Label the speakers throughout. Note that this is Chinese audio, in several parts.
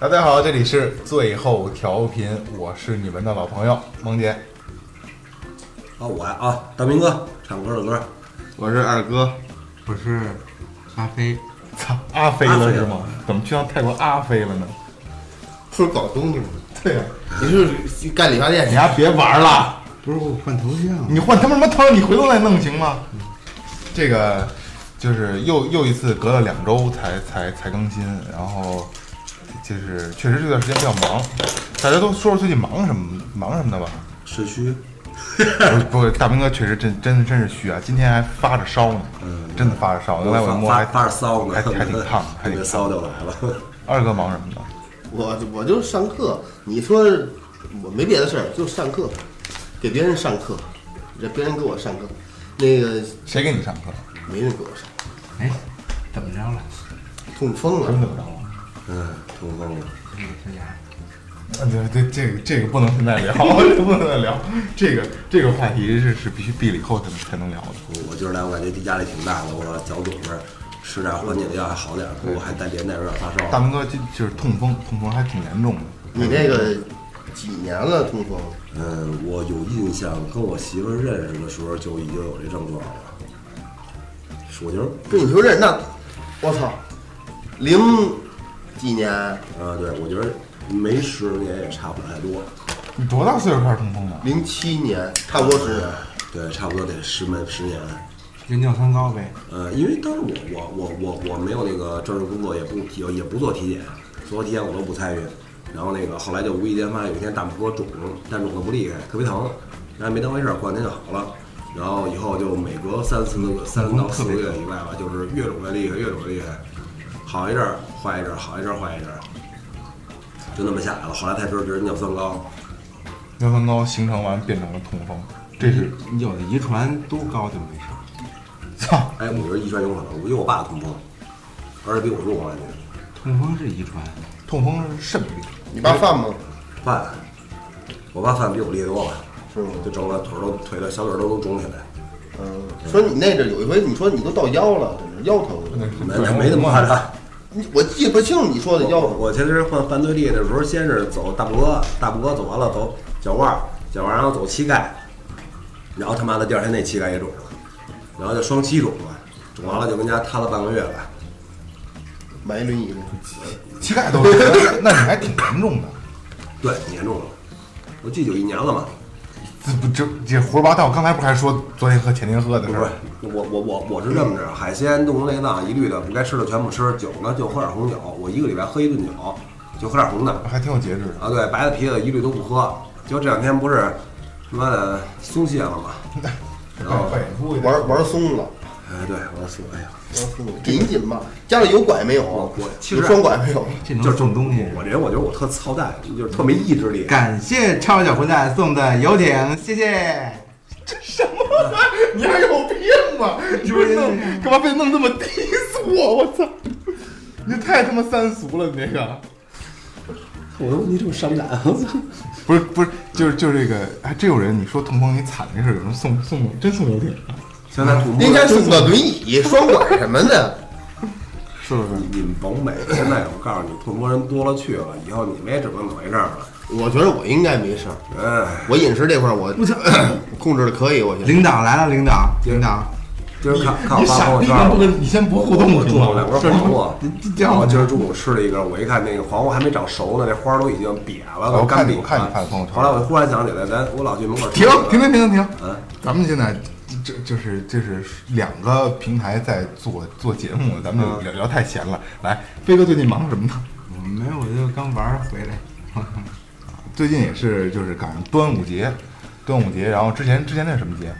Speaker 1: 大家好，这里是最后调频，我是你们的老朋友梦姐。
Speaker 2: 啊，我呀啊，大明哥唱歌的歌，
Speaker 3: 我是二哥，
Speaker 4: 我是阿飞，
Speaker 1: 操，阿飞啊了是吗？怎么去趟泰国阿飞了呢？
Speaker 3: 不是搞东西吗？
Speaker 1: 对呀、
Speaker 3: 你是不是干理发店
Speaker 1: 你
Speaker 3: 去？
Speaker 1: 丫别玩了，
Speaker 4: 不是我换头像，啊
Speaker 1: 你换他妈什么头？你回头再弄行吗？嗯这个就是又又一次隔了两周才才才更新，然后就是确实这段时间比较忙，大家都说说最近忙什么忙什么的吧。
Speaker 2: 肾虚，
Speaker 1: 不是不是，大明哥确实真真真是虚啊！今天还发着烧呢，真的发着烧。刚才我摸
Speaker 2: 嗯发
Speaker 1: 还
Speaker 2: 发着骚呢，
Speaker 1: 还还挺 烫，还挺烫
Speaker 2: 别骚。就来了。
Speaker 1: 二哥忙什么的？
Speaker 3: 我我就上课。你说我没别的事儿，就上课，给别人上课，这别人给我上课，那个
Speaker 1: 谁给你上课？
Speaker 3: 没人给我上，
Speaker 4: 哎，怎么着了？
Speaker 3: 痛风
Speaker 1: 真
Speaker 3: 了。
Speaker 1: 的不着了。
Speaker 2: 嗯，痛风了，
Speaker 1: 啊，对对，这个这个不能现在聊， 这不能再聊。这个这个话题是是必须闭了以后才能才能聊的。
Speaker 2: 我今儿来我感觉压力挺大的，我脚肿着，吃点缓解的药还好点儿，不过还带连带有点发
Speaker 1: 大
Speaker 2: 烧。
Speaker 1: 明哥就就是痛风，痛风还挺严重的。
Speaker 3: 你这个几年了痛风？
Speaker 2: 嗯，我有印象，跟我媳妇儿认识的时候就已经有这症状了。我就是
Speaker 3: 跟你说这那，我操，零几年？
Speaker 2: 啊，对，我觉得没十年也差不了太多，
Speaker 1: 你多大岁数开始痛风的？
Speaker 3: 零七年，差不多十年。
Speaker 2: 对，差不多得十门十年。
Speaker 4: 就尿酸高呗。
Speaker 2: 呃，因为当时我我我我我没有那个正式工作，也不也也不做体检，所有体检我都不参与。然后那个后来就无意间发现有一天大拇哥肿，但肿的不厉害，特别疼，然后没当回事儿，过两天就好了。然后以后就每隔三四个三到四个月以外吧，就是越肿越厉害，越肿越厉害，好一阵儿坏一阵儿，好一阵儿坏一阵儿，就那么下来了。后来才知道这是尿酸高，
Speaker 1: 尿酸高形成完变成了痛风，这是
Speaker 4: 你有的遗传都高就没事儿。
Speaker 1: 操。
Speaker 2: 哎，我觉得遗传有可能，我觉得我爸痛风，而且比我弱，我感觉。
Speaker 4: 痛风是遗传，
Speaker 1: 痛风是肾病，
Speaker 3: 你爸犯吗？
Speaker 2: 饭，我爸饭比我厉害多了，
Speaker 3: 是吗
Speaker 2: 就整个腿儿都腿的小腿儿都都肿起来，
Speaker 3: 嗯，说你那阵有一回，你说你都到腰了，真是腰疼。
Speaker 2: 没没那么夸张。
Speaker 3: 你我记不清你说的腰
Speaker 2: 我
Speaker 3: 疼。
Speaker 2: 我其实换犯罪力的时候，先是走大拇哥，大拇哥走完了走脚腕儿，脚腕儿然后走膝盖，然后他妈的第二天那膝盖也肿了，然后就双膝肿了，肿完了就跟家瘫了半个月吧。
Speaker 3: 买一轮椅呗。
Speaker 1: 膝盖都折了，那你还挺严重的。
Speaker 2: 对，挺严重了，我记得有一年了嘛。
Speaker 1: 这不这这胡说八道！刚才不还说昨天喝前天喝的
Speaker 2: 不
Speaker 1: 事
Speaker 2: 是
Speaker 1: 儿？，
Speaker 2: 我我我我是这么着，海鲜、动物内脏一律的，不该吃的全部吃，酒呢就喝点红酒，我一个礼拜喝一顿酒，就喝点红的
Speaker 1: 还挺有节制的。
Speaker 2: 啊，对，白的啤的一律都不喝。就这两天不是他妈的松懈了吗？然后，
Speaker 1: 快点出去！
Speaker 3: 玩玩松了，
Speaker 2: 哎，对，我说，哎呀，
Speaker 3: 玩松了，紧紧吧。家里有拐没有？
Speaker 2: 我我其实
Speaker 3: 有双拐没有？
Speaker 4: 这
Speaker 2: 就
Speaker 4: 能
Speaker 2: 是
Speaker 4: 送东西。
Speaker 2: 我这人我觉得我特操蛋，就是特没意志力。
Speaker 4: 感谢超小混蛋送的游艇，谢谢。
Speaker 1: 你还有病吗？你不是弄干嘛非弄那么低俗啊？我操！你太他妈三俗了，你这个
Speaker 2: 我的问题这么伤感，啊我操！
Speaker 1: 不是不是，就是就是这个，还真有人你说痛风你惨的事儿，有人送送真送游艇，
Speaker 2: 现在恐怖
Speaker 3: 应该送个轮椅、双拐什么的。
Speaker 1: 是不是？
Speaker 2: 你们甭美，现在我告诉你，痛风人多了去了，以后你们也只能怎么回事儿了。
Speaker 3: 我觉得我应该没事儿，
Speaker 2: 哎，
Speaker 3: 我饮食这块儿我我控制的可以，我觉得。
Speaker 4: 领导来了，领导，领导，
Speaker 2: 今儿看看
Speaker 1: 你
Speaker 2: 我发朋
Speaker 1: 傻
Speaker 2: 友
Speaker 1: 逼
Speaker 2: 圈
Speaker 1: 能不
Speaker 2: 了。
Speaker 1: 跟你先不互动
Speaker 2: 我
Speaker 1: 行
Speaker 2: 种了
Speaker 1: 吗
Speaker 2: 两？根黄瓜
Speaker 4: 你你，这样
Speaker 2: 然后今儿中午吃了一根，我一看那个黄瓜还没长熟呢，那花儿都已经瘪了，
Speaker 1: 我
Speaker 2: 都
Speaker 1: 看
Speaker 2: 干
Speaker 1: 你
Speaker 2: 瘪
Speaker 1: 我看你
Speaker 2: 了
Speaker 1: 发的朋友圈
Speaker 2: 后来我忽然想起来，咱我老去门口吃
Speaker 1: 停
Speaker 2: 饭
Speaker 1: 停停停停！
Speaker 2: 嗯
Speaker 1: 咱们现在这这就是这是两个平台在做做节目，咱们就聊聊太闲了。来，飞哥最近忙什么呢？
Speaker 4: 我没有，我就刚玩儿回来。
Speaker 1: 最近也是就是赶上端午节，端午节，然后之前之前那是什么节？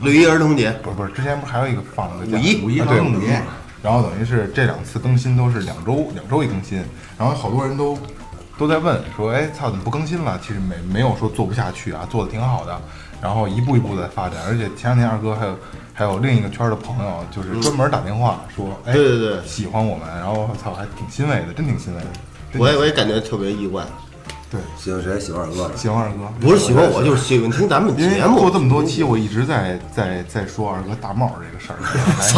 Speaker 3: 六一儿童节，
Speaker 1: 不是不是，之前不是还有一个放了个假
Speaker 3: 五一
Speaker 4: 五一
Speaker 1: 啊对
Speaker 4: 劳动节，
Speaker 1: 然后等于是这两次更新都是两周两周一更新，然后好多人都都在问说，哎操，怎么不更新了？其实没没有说做不下去啊，做的挺好的。然后一步一步在发展。而且前两天二哥还有还有另一个圈儿的朋友，就是专门打电话说，哎，
Speaker 3: 对对对
Speaker 1: 喜欢我们，然后我操，还挺欣慰的，真挺欣慰的。真
Speaker 3: 我也我也感觉特别意外，
Speaker 2: 喜欢谁？喜欢二哥了。
Speaker 1: 喜欢二哥，
Speaker 3: 不是喜欢我，就是喜欢听咱们
Speaker 1: 因为
Speaker 3: 节目。
Speaker 1: 做这么多期，我一直在在在说二哥大帽这个事儿，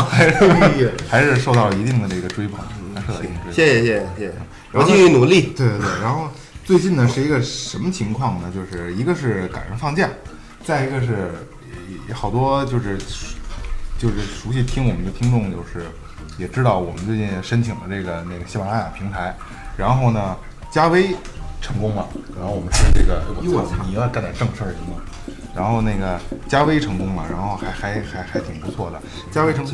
Speaker 1: 还
Speaker 3: 哎呀
Speaker 1: 是还是受到了一定的这个追捧，还是受到一定追捧。
Speaker 3: 谢谢谢谢谢谢，我继续努力。
Speaker 1: 对对对，然后最近呢是一个什么情况呢？就是一个是赶上放假，再一个是呃好多就是就是熟悉听我们的听众，就是也知道我们最近申请了这个那个喜马拉雅平台，然后呢加微成功了，然后我们是这个我操，你要干点正事儿行吗？然后那个加微成功了，然后还还还还挺不错的。加微成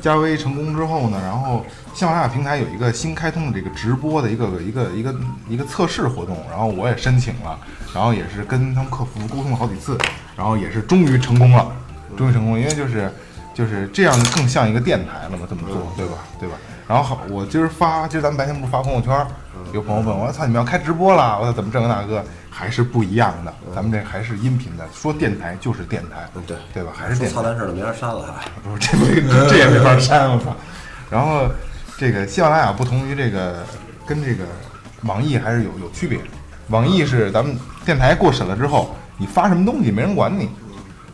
Speaker 1: 加微成功之后呢，然后喜马拉雅平台有一个新开通的这个直播的一个一个一个一个测试活动，然后我也申请了，然后也是跟他们客服沟通了好几次，然后也是终于成功了，终于成功了，因为就是就是这样更像一个电台了嘛，这么做对吧？对吧？然后好，我今儿发，今儿咱们白天不是发朋友圈儿，有朋友问我，操，你们要开直播啦？我操，怎么这个那个？还是不一样的，咱们这还是音频的，说电台就是电台，对对吧？还是
Speaker 2: 说
Speaker 1: 电台
Speaker 2: 操。蛋事儿了，没人删了哎还。
Speaker 1: 不是 这没这也没法删，我操！然后这个喜马拉雅不同于这个跟这个网易还是有有区别，网易是咱们电台过审了之后，你发什么东西没人管你，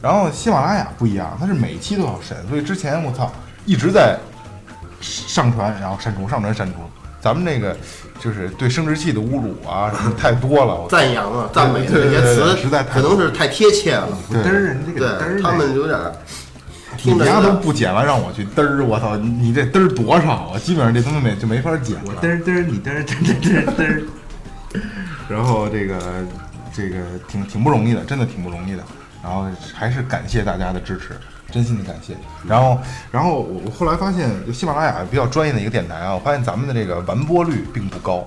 Speaker 1: 然后喜马拉雅不一样，它是每一期都要审，所以之前我操一直在上传，然后删除，上传删除。咱们那个就是对生殖器的侮辱啊什么太多了， 我操
Speaker 3: 赞扬啊，赞美
Speaker 1: 对对
Speaker 3: 这些
Speaker 1: 对对
Speaker 3: 词
Speaker 1: 实在太
Speaker 3: 可能是太贴切了，
Speaker 1: 对
Speaker 4: 嘚儿，人这个嘚儿
Speaker 3: 对
Speaker 4: 呢，
Speaker 3: 他们有点儿
Speaker 1: 你
Speaker 3: 听着
Speaker 1: 丫
Speaker 3: 有点
Speaker 1: 都
Speaker 3: 儿
Speaker 1: 不剪完让我去嘚儿，我操！你这嘚儿多少啊？基本上这东西没就没法剪了。
Speaker 4: 我嘚儿嘚儿，你嘚儿嘚儿嘚儿嘚儿嘚 儿。
Speaker 1: 然后这个这个挺挺不容易的，真的挺不容易的。然后还是感谢大家的支持，真心的感谢。然后，然后我我后来发现，就喜马拉雅比较专业的一个电台啊，我发现咱们的这个完播率并不高，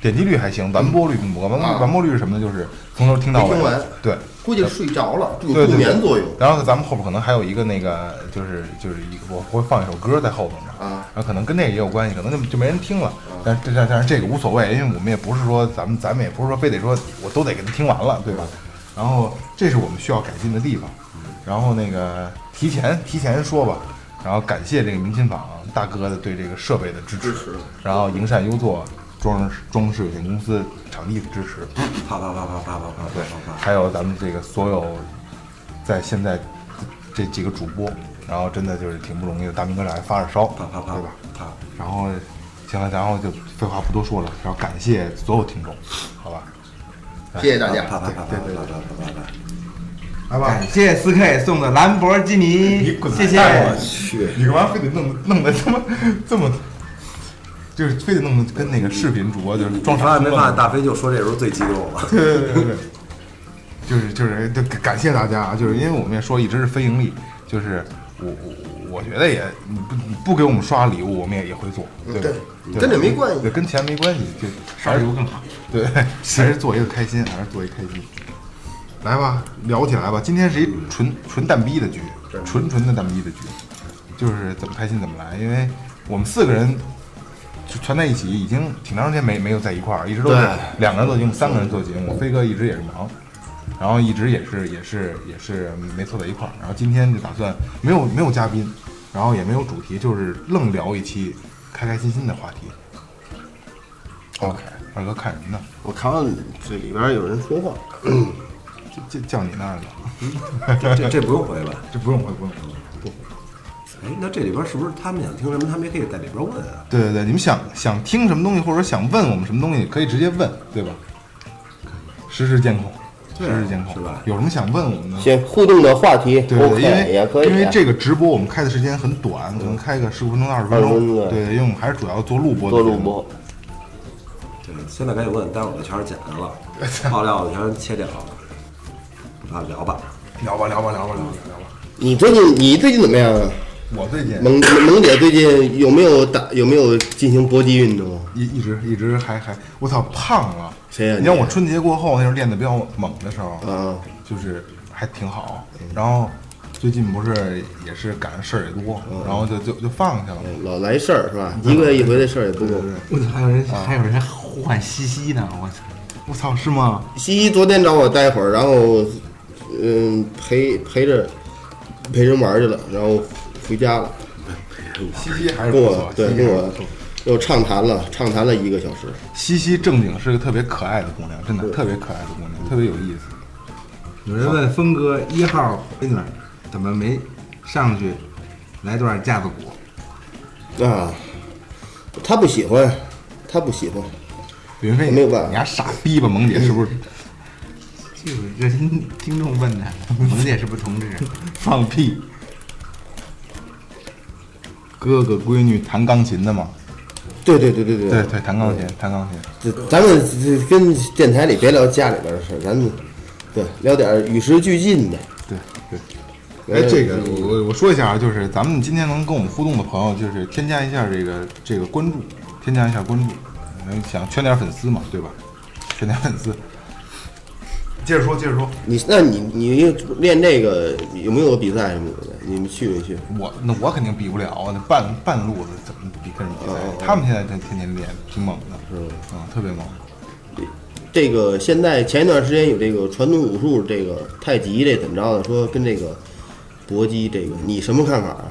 Speaker 1: 点击率还行，完播率并不高。完完播率是什么呢？就是从头听到
Speaker 3: 啊没听完
Speaker 1: 尾。对，
Speaker 3: 估计睡着了，有
Speaker 1: 对
Speaker 3: 助
Speaker 1: 对
Speaker 3: 眠作用。
Speaker 1: 然后咱们后边可能还有一个那个，就是就是一个我会放一首歌在后边嘛，
Speaker 3: 啊
Speaker 1: 然后可能跟那个也有关系，可能就就没人听了。但是但但是这个无所谓，因为我们也不是说咱们咱们也不是说非得说我都得给他听完了，对吧？然后这是我们需要改进的地方。
Speaker 3: 嗯
Speaker 1: 然后那个提前提前说吧，然后感谢这个明琴坊大哥的对这个设备的支持，然后营善优作装饰装饰有限公司场地的支持，
Speaker 2: 啪啪啪啪啪啪啪啪
Speaker 1: 对
Speaker 2: 啪，啪。
Speaker 1: 还有咱们这个所有在现在这几个主播，然后真的就是挺不容易的。大明哥俩还发着烧，
Speaker 2: 啪啪啪
Speaker 1: 对吧？
Speaker 2: 啪。
Speaker 1: 然后行了，然后就废话不多说了，然后感谢所有听众，好吧？
Speaker 3: 谢谢大
Speaker 2: 啪
Speaker 3: 家，
Speaker 2: 啪啪啪啪啪啪啪啪啪。
Speaker 1: 来吧
Speaker 4: 感，谢四 K 送的兰博基 尼，谢谢。
Speaker 1: 哎我
Speaker 2: 去，
Speaker 1: 你干嘛非得弄弄得他妈这么，就是非得弄得跟那个视频主播就是装
Speaker 2: 发
Speaker 1: 傻
Speaker 2: 现没
Speaker 1: 逼
Speaker 2: 发现
Speaker 1: 愣
Speaker 2: 大飞就说这时候最激动 了？
Speaker 1: 对对对对，就是就是就感谢大家，啊！就是因为我们也说一直是非盈利，就是我我我觉得也你不你不给我们刷礼物，我们也也会做，对吧
Speaker 3: 对
Speaker 1: 对
Speaker 3: 跟这没关系
Speaker 1: 对跟钱没关系，就
Speaker 5: 刷礼物更好。
Speaker 1: 对，还是做一个开心，还是做一个开心。来吧，聊起来吧。今天是一纯纯蛋逼的局，纯纯的蛋逼的局，就是怎么开心怎么来。因为我们四个人就全在一起，已经挺长时间没没有在一块儿，一直都是
Speaker 3: 对
Speaker 1: 两个人做节目，三个人做节目。飞哥一直也是忙，然后一直也是也是也是没凑在一块儿。然后今天就打算没有没有嘉宾，然后也没有主题，就是愣聊一期开开心心的话题。OK，二哥看什么呢？
Speaker 3: 我看到这里边有人说话，
Speaker 1: 就叫你那儿了，
Speaker 2: 这这不用回吧？
Speaker 1: 这不用回，不用回。
Speaker 2: 哎，那这里边是不是他们想听什么，他们也可以在里边问啊？
Speaker 1: 对对对，你们想想听什么东西，或者想问我们什么东西，可以直接问，对吧？实时监控，实
Speaker 2: 啊
Speaker 1: 时监控
Speaker 2: 是吧
Speaker 1: 有什么想问我们的？
Speaker 3: 行，互动的话题
Speaker 1: 对对，因为
Speaker 3: 也可以，啊
Speaker 1: 因为这个直播我们开的时间很短，可能开个十五分钟到二十分
Speaker 3: 20分
Speaker 1: 钟。
Speaker 3: 钟
Speaker 1: 对，因为我们还是主要做录播，
Speaker 3: 多录。播，
Speaker 2: 对，现在赶紧问，待会儿我全是剪的 了，爆料的全是切掉了。啊，聊吧，
Speaker 1: 聊吧聊吧聊吧聊吧聊吧。
Speaker 3: 你最近你最近怎么样啊？
Speaker 1: 我最近
Speaker 3: 萌萌萌姐最近有没有打有没有进行搏击运动？
Speaker 1: 一一直一直还还，我操，胖了。
Speaker 3: 谁呀
Speaker 1: 你像我春节过后那时候练的比较猛的时候，
Speaker 3: 啊，
Speaker 1: 就是还挺好。
Speaker 3: 嗯
Speaker 1: 然后最近不是也是赶上事儿也多，
Speaker 3: 嗯
Speaker 1: 然后就就就放下了。
Speaker 3: 老来事儿是吧？一个月一回的事儿也不够。
Speaker 4: 我操，还有人还有人呼喊西西呢，我操！
Speaker 1: 我操，是吗？
Speaker 3: 西西昨天找我待会儿，然后呃嗯陪陪着陪人玩去了，然后回家了，
Speaker 1: 西西还是
Speaker 3: 跟
Speaker 1: 不
Speaker 3: 我
Speaker 1: 错，
Speaker 3: 对
Speaker 1: 西西
Speaker 3: 跟
Speaker 1: 还是
Speaker 3: 我
Speaker 1: 不错
Speaker 3: 又畅谈了畅谈了一个小时。
Speaker 1: 西西正经是个特别可爱的姑娘，真的特别可爱的姑娘，特别有意思。
Speaker 4: 有人问峰哥一号飞女怎么没上去来段架子鼓？
Speaker 3: 啊，他不喜欢，他不喜欢，
Speaker 1: 云飞，
Speaker 3: 没有办法嗯
Speaker 1: 你丫傻逼吧，萌姐是不是？
Speaker 4: 就是这听众问的，萌姐是不是同志？
Speaker 1: 放屁！哥哥闺女弹钢琴的吗？
Speaker 3: 对对对对对
Speaker 1: 对对，弹钢琴，弹钢琴。
Speaker 3: 这咱们这跟电台里别聊家里边的事儿，咱们对聊点儿与时俱进的。
Speaker 1: 对对。哎，这个我我说一下啊，就是咱们今天能跟我们互动的朋友，就是添加一下这个这个关注，添加一下关注，嗯想圈点粉丝嘛，对吧？圈点粉丝。接着说，接着说，
Speaker 3: 你那你你练这个有没有比赛什么的？你们去没去？
Speaker 1: 我那我肯定比不了啊，那半半路子怎么比跟人比赛？他们现在在天天练，挺猛的，嗯，特别猛。
Speaker 3: 这个现在前一段时间有这个传统武术，这个太极这怎么着的？说跟这个搏击这个，你什么看法啊？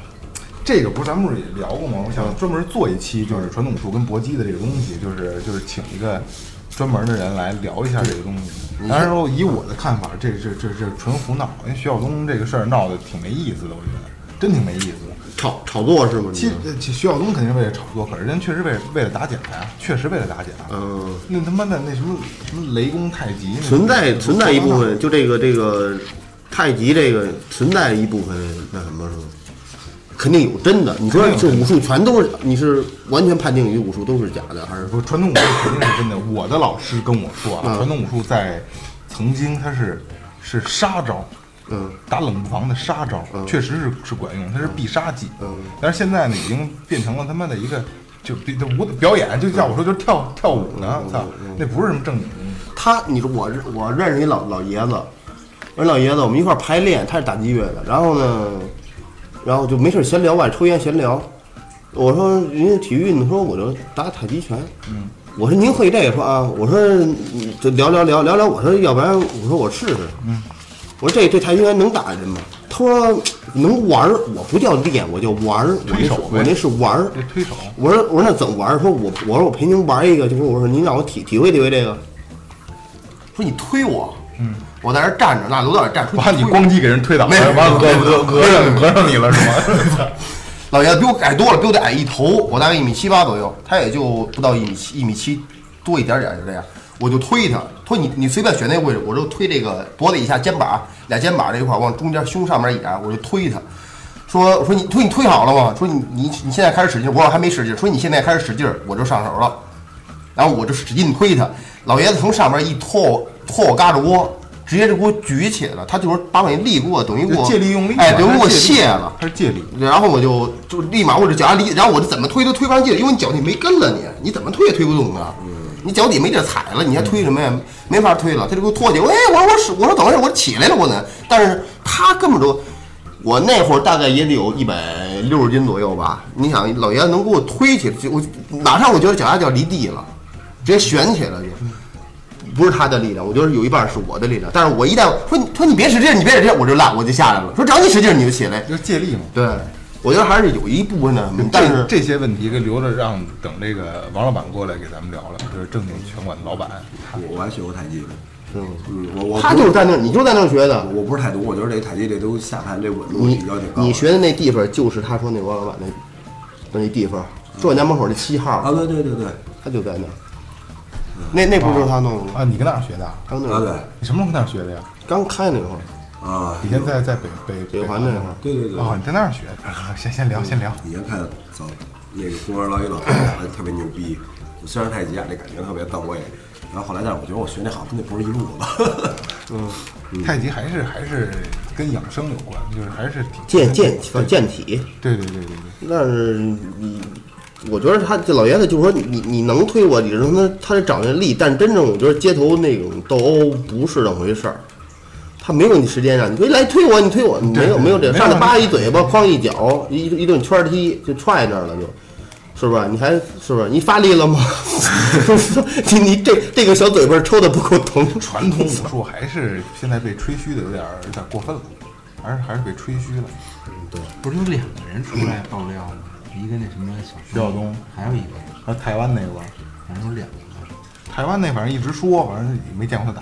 Speaker 1: 这个不是咱们不是也聊过吗？我想专门做一期，就是传统武术跟搏击的这个东西，就是就是请一个专门的人来聊一下这个东西。当然后以我的看法，这这这这纯胡闹，因为徐晓东这个事儿闹得挺没意思的，我觉得真挺没意思的。
Speaker 3: 炒炒作是吗？
Speaker 1: 其呃其徐晓东肯定是为了炒作，可是人家确实为了为了打假呀、确实为了打假。
Speaker 3: 嗯，
Speaker 1: 那他妈的那什么什么雷公太极那种
Speaker 3: 存在存在一部，分，就这个这个太极这个存在一部分那什么是吗？肯定有真的，你说
Speaker 1: 肯定有
Speaker 3: 是
Speaker 1: 真的
Speaker 3: 武术全都是，你是完全判定于武术都是假的，还是
Speaker 1: 不，传统武术肯定是真的。我的老师跟我说啊，
Speaker 3: 嗯
Speaker 1: 传统武术在曾经它是是杀招，
Speaker 3: 嗯，
Speaker 1: 打冷不防的杀招，确实是是管用，它是必杀技。嗯，但是现在呢，已经变成了他妈的一个就比就舞表演，就像我说就是跳跳舞呢，
Speaker 3: 嗯
Speaker 1: 操，那不是什么正经东西。
Speaker 3: 他，你说我我认识一老老爷子，我说老爷子，我们一块儿排练，他是打击乐的，然后呢，然后就没事儿闲聊吧，抽烟闲聊。我说人家体育运动，说我就打太极拳。嗯，我说您会这个？说啊，我说嗯就聊聊聊聊聊。我说要不然我说我试试。嗯，我说这这太极拳能打人吗？他说能玩儿，我不叫练，我叫玩儿。我那
Speaker 1: 推
Speaker 3: 是
Speaker 1: 手呗
Speaker 3: 我那是玩儿。
Speaker 1: 这推手，
Speaker 3: 我说我说那怎么玩儿？说我我说我陪您玩一个，就是我说您让我体体会体会这个。说你推我，嗯，我在这儿站着，那楼道里站出
Speaker 1: 把你咣叽给人推倒了，
Speaker 3: 没有
Speaker 1: 完了
Speaker 3: 没有没
Speaker 1: 讹
Speaker 3: 有
Speaker 1: 讹讹上讹上你了是 吗？
Speaker 3: 老爷子比我矮多了，比我得矮一头，我大概一米七八左右，他也就不到一米七，一米七多一点点，就这样。我就推他，推你，你随便选那个位置，我就推这个脖子以下、肩膀俩肩膀这一块儿往中间胸上面一点，我就推他。说我说你推你推好了吗？说你你你现在开始使劲，我说我还没使劲。说你现在开始使劲，我就上手了。然后我就使劲推他，老爷子从上面一拖我拖我胳肢窝，直接就给我举起来了。他就是把我那力给我等于给
Speaker 1: 就
Speaker 3: 我
Speaker 1: 借力用力嘛，
Speaker 3: 哎，等于给我
Speaker 1: 他是借力
Speaker 3: 卸了。
Speaker 1: 他是借力。
Speaker 3: 然后我就就立马我这脚离，然后我这怎么推都推不上劲，因为你脚底没跟了你，你怎么推也推不动啊。你脚底没地儿踩了，你还推什么呀？没法推了，他就给我拖起来。哎，我说我使，我说怎么回事？我起来了，我呢？但是他根本就，我那会儿大概也得有一百六十斤左右吧。你想，老爷子能给我推起来，就我就马上我觉得脚丫就要离地了，直接悬起来了就。不是他的力量，我觉得有一半是我的力量。但是我一旦说你说你别使劲，你别使劲，我就烂，我就下来了。说只要你使劲，你就起来。
Speaker 1: 就是借力嘛。
Speaker 3: 对，我觉得还是有一部分的，
Speaker 2: 嗯
Speaker 3: 但是
Speaker 1: 嗯这这些问题，给留着让等这个王老板过来给咱们聊聊，就是正经拳馆的老板。
Speaker 2: 我我还学过太极呢，
Speaker 3: 是吗
Speaker 2: 嗯，我我
Speaker 3: 他
Speaker 2: 不
Speaker 3: 就是在那儿，你就在那儿学的。
Speaker 2: 我不是太懂，我觉得这太极这都下盘这稳度
Speaker 3: 你
Speaker 2: 要挺高的。
Speaker 3: 你学的那地方就是他说那王老板那那地方，就我家门口那七
Speaker 2: 啊？
Speaker 3: 号，
Speaker 2: 对对对对，
Speaker 3: 他就在那儿。那那不就是他弄的吗？
Speaker 1: 啊，你跟哪儿学的啊？
Speaker 3: 他那
Speaker 2: 啊
Speaker 3: 儿
Speaker 2: 对
Speaker 1: 你什么时候跟哪儿学的呀？
Speaker 3: 刚开那会儿，
Speaker 2: 啊
Speaker 1: 以，前在在北北
Speaker 3: 北环那会儿，
Speaker 2: 对对对，
Speaker 1: 哦，你在那儿学的？先先聊，先聊。
Speaker 2: 以前看早那个公园老有老头打的特别牛逼，我虽然太极啊，这感觉特别到位，然后后来但是我觉得我学那好像跟那不是一路子。
Speaker 3: 嗯
Speaker 1: 太极还是还是跟养生有关，就是还是挺
Speaker 3: 健健
Speaker 1: 对
Speaker 3: 健体。
Speaker 1: 对对对对对，
Speaker 3: 那是你，我觉得他这老爷子就是说你你能推我，你让他他得找那力，但真正我觉得街头那种斗殴不是那么回事儿，他没有你时间上，你说来推我，你推我，没有
Speaker 1: 对
Speaker 3: 没有这
Speaker 1: 没有
Speaker 3: 上来叭一嘴巴，哐一脚，一一顿圈踢就踹那儿了就。是吧？你还是不是？你发力 了吗？你你这这个小嘴巴抽的不够疼，
Speaker 1: 传统武术还是现在被吹嘘的有点儿有点儿过分了，还是还是被吹嘘了。
Speaker 4: 不是有两个人出来爆料吗？一个那什么小
Speaker 1: 徐晓东
Speaker 4: 还有一个，
Speaker 3: 啊
Speaker 1: 还有台湾那个，
Speaker 4: 反正有两个。
Speaker 1: 台湾那反正一直说，反正也没见过他打，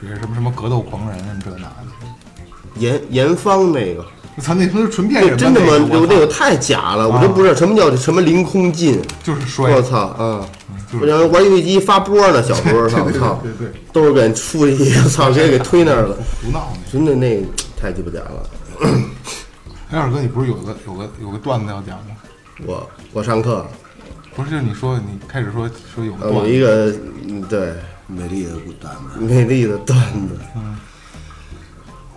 Speaker 1: 就是什么什么格斗狂人什么这那的。
Speaker 3: 严严芳那个，
Speaker 1: 我操，那他妈纯骗
Speaker 3: 那
Speaker 1: 人吧！
Speaker 3: 真他妈
Speaker 1: 那个
Speaker 3: 有
Speaker 1: 我操啊
Speaker 3: 那个太假了，我真不知道什么叫什么凌空劲，
Speaker 1: 就是摔，
Speaker 3: 我操啊！
Speaker 1: 就是
Speaker 3: 我想玩游戏机发波呢，小时候操
Speaker 1: 对对
Speaker 3: 操
Speaker 1: 对对，
Speaker 3: 都是给人出去，操直接给推那儿了，
Speaker 1: 胡闹呢。
Speaker 3: 真的那太鸡巴假了。
Speaker 1: 哎，二哥，你不是有个有个有个段子要讲吗？
Speaker 3: 我我上课，
Speaker 1: 不是，就是你说你开始说说有
Speaker 3: 呃
Speaker 1: 个
Speaker 3: 有
Speaker 1: 段
Speaker 3: 一
Speaker 1: 子，
Speaker 3: 个嗯对
Speaker 2: 美丽的孤单嘛。
Speaker 3: 美丽的段子。
Speaker 1: 嗯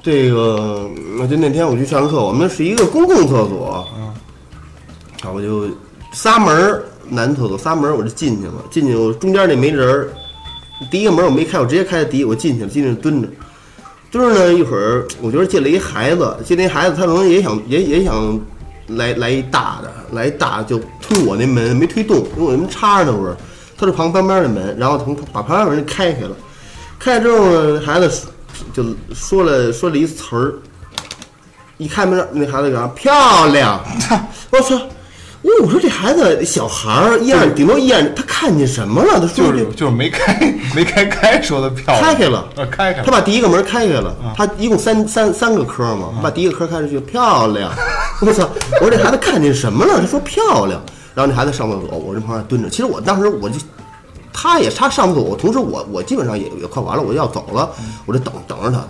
Speaker 3: 这个，我就那天我去上课，我们是一个公共厕所，
Speaker 1: 嗯
Speaker 3: 啊，我就仨门儿男厕所仨门儿，我就进去了，进去我中间那没人儿，第一个门我没开，我直接开的第一，我进去了，进去蹲着，蹲着呢一会儿，我觉得进来一孩子，进来一孩子，他可能也想也也想来来一大的，来一大的就推我那门没推动，因为我那门插着呢不是，他是旁旁边的门，然后从把旁边的门开开了，开了之后呢，孩子就说了说了一词儿，一开门那孩子讲漂亮， 我操！我我说这孩子小孩儿一二顶多一二，他看见什么了？他说
Speaker 1: 就
Speaker 3: 这
Speaker 1: 是就是没开没开开说的漂亮，
Speaker 3: 开开了
Speaker 1: 呃，开开
Speaker 3: 他
Speaker 1: 了，啊
Speaker 3: 把第一个门开开了，他一共三三三个科嘛，把第一个科开出去，漂 亮！我操！我说这孩子看见什么了？他说漂亮。然后那孩子上厕所，我这旁边蹲着。其实我当时我就，他也他上厕所，同时我我基本上也也快完了，我要走了，
Speaker 1: 嗯
Speaker 3: 我就等等着他，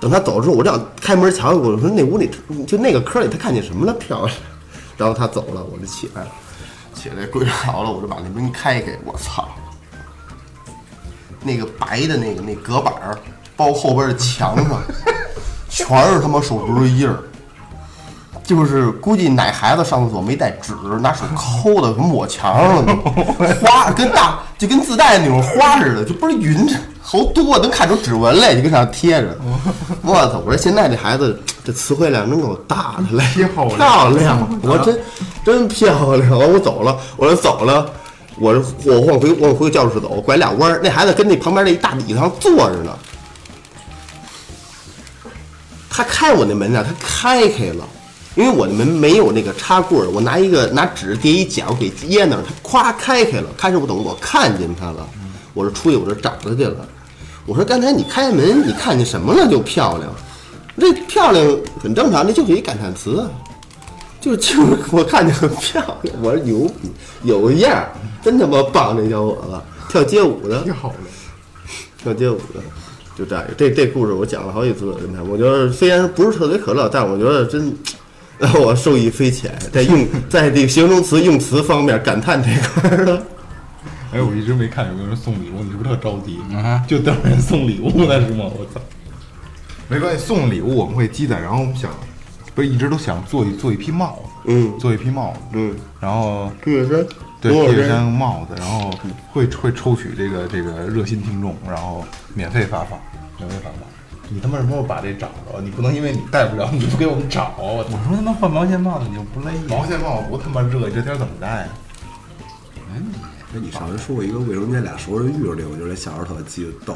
Speaker 3: 等他走之后，我就想开门瞧瞧，我说那屋里就那个科里他看见什么了？漂亮！然后他走了，我就起来了，起来跪着好了，我就把那门开开，我操！那个白的那个那隔板儿，包后边的墙上，全是他妈手指头印儿。就是估计哪孩子上厕所没带纸，拿手抠的抹墙上了，花跟大就跟自带那种花似的，就不是匀着，好多能看出指纹来，就跟上贴着。我操！我说现在这孩子这词汇量真够大的了，
Speaker 1: 漂亮
Speaker 3: 漂亮，我真真漂亮。完我走了，我说走了，我说我往回往回教室走，拐俩弯儿，那孩子跟那旁边那一大椅子上坐着呢。他开我那门呢，他开开了，因为我的门没有那个插棍儿，我拿一个呃拿纸叠一角给掖那儿，他咵开开了。开始我等我看见他了，我是出去我这找他去了。我说刚才你开门，你看见什么了？就漂亮，这漂亮很正常，这就是一感叹词啊。就就是我看着很漂亮，我说牛逼，有样儿，真他妈棒这小伙子，跳街舞的，
Speaker 1: 漂亮。
Speaker 3: 跳街舞的，就这样。这这故事我讲了好几次了，跟他们我觉得虽然不是特别可乐，但我觉得真 让我受益匪浅，在用在这个形容词用词方面感叹这块儿的。
Speaker 1: 哎，我一直没看有没有人送礼物，你是不是特着急？
Speaker 4: 啊
Speaker 1: 就等着人送礼物呢，是吗？我操！
Speaker 3: 嗯
Speaker 1: 没关系，送礼物我们会积攒，然后我们想，不是一直都想做一做一批帽子，
Speaker 3: 嗯
Speaker 1: 做一批帽子，
Speaker 3: 嗯，
Speaker 1: 然后
Speaker 3: 杜月笙，
Speaker 1: 对
Speaker 3: 罗
Speaker 1: 披着
Speaker 3: 老
Speaker 1: 山
Speaker 3: 师，
Speaker 1: 帽子，然后会会抽取这个这个热心听众，然后免费发放，免费发放。你他妈什么时候把这找着？你不能因为你带不了，你就不给我们找。啊我操
Speaker 4: 我说他妈换毛线帽子你就不勒呀？
Speaker 1: 毛线帽多他妈热，你这天儿怎么戴啊？
Speaker 2: 哎，你上回说过一个卫生间俩熟人遇着这个，我觉得小时候特鸡逗。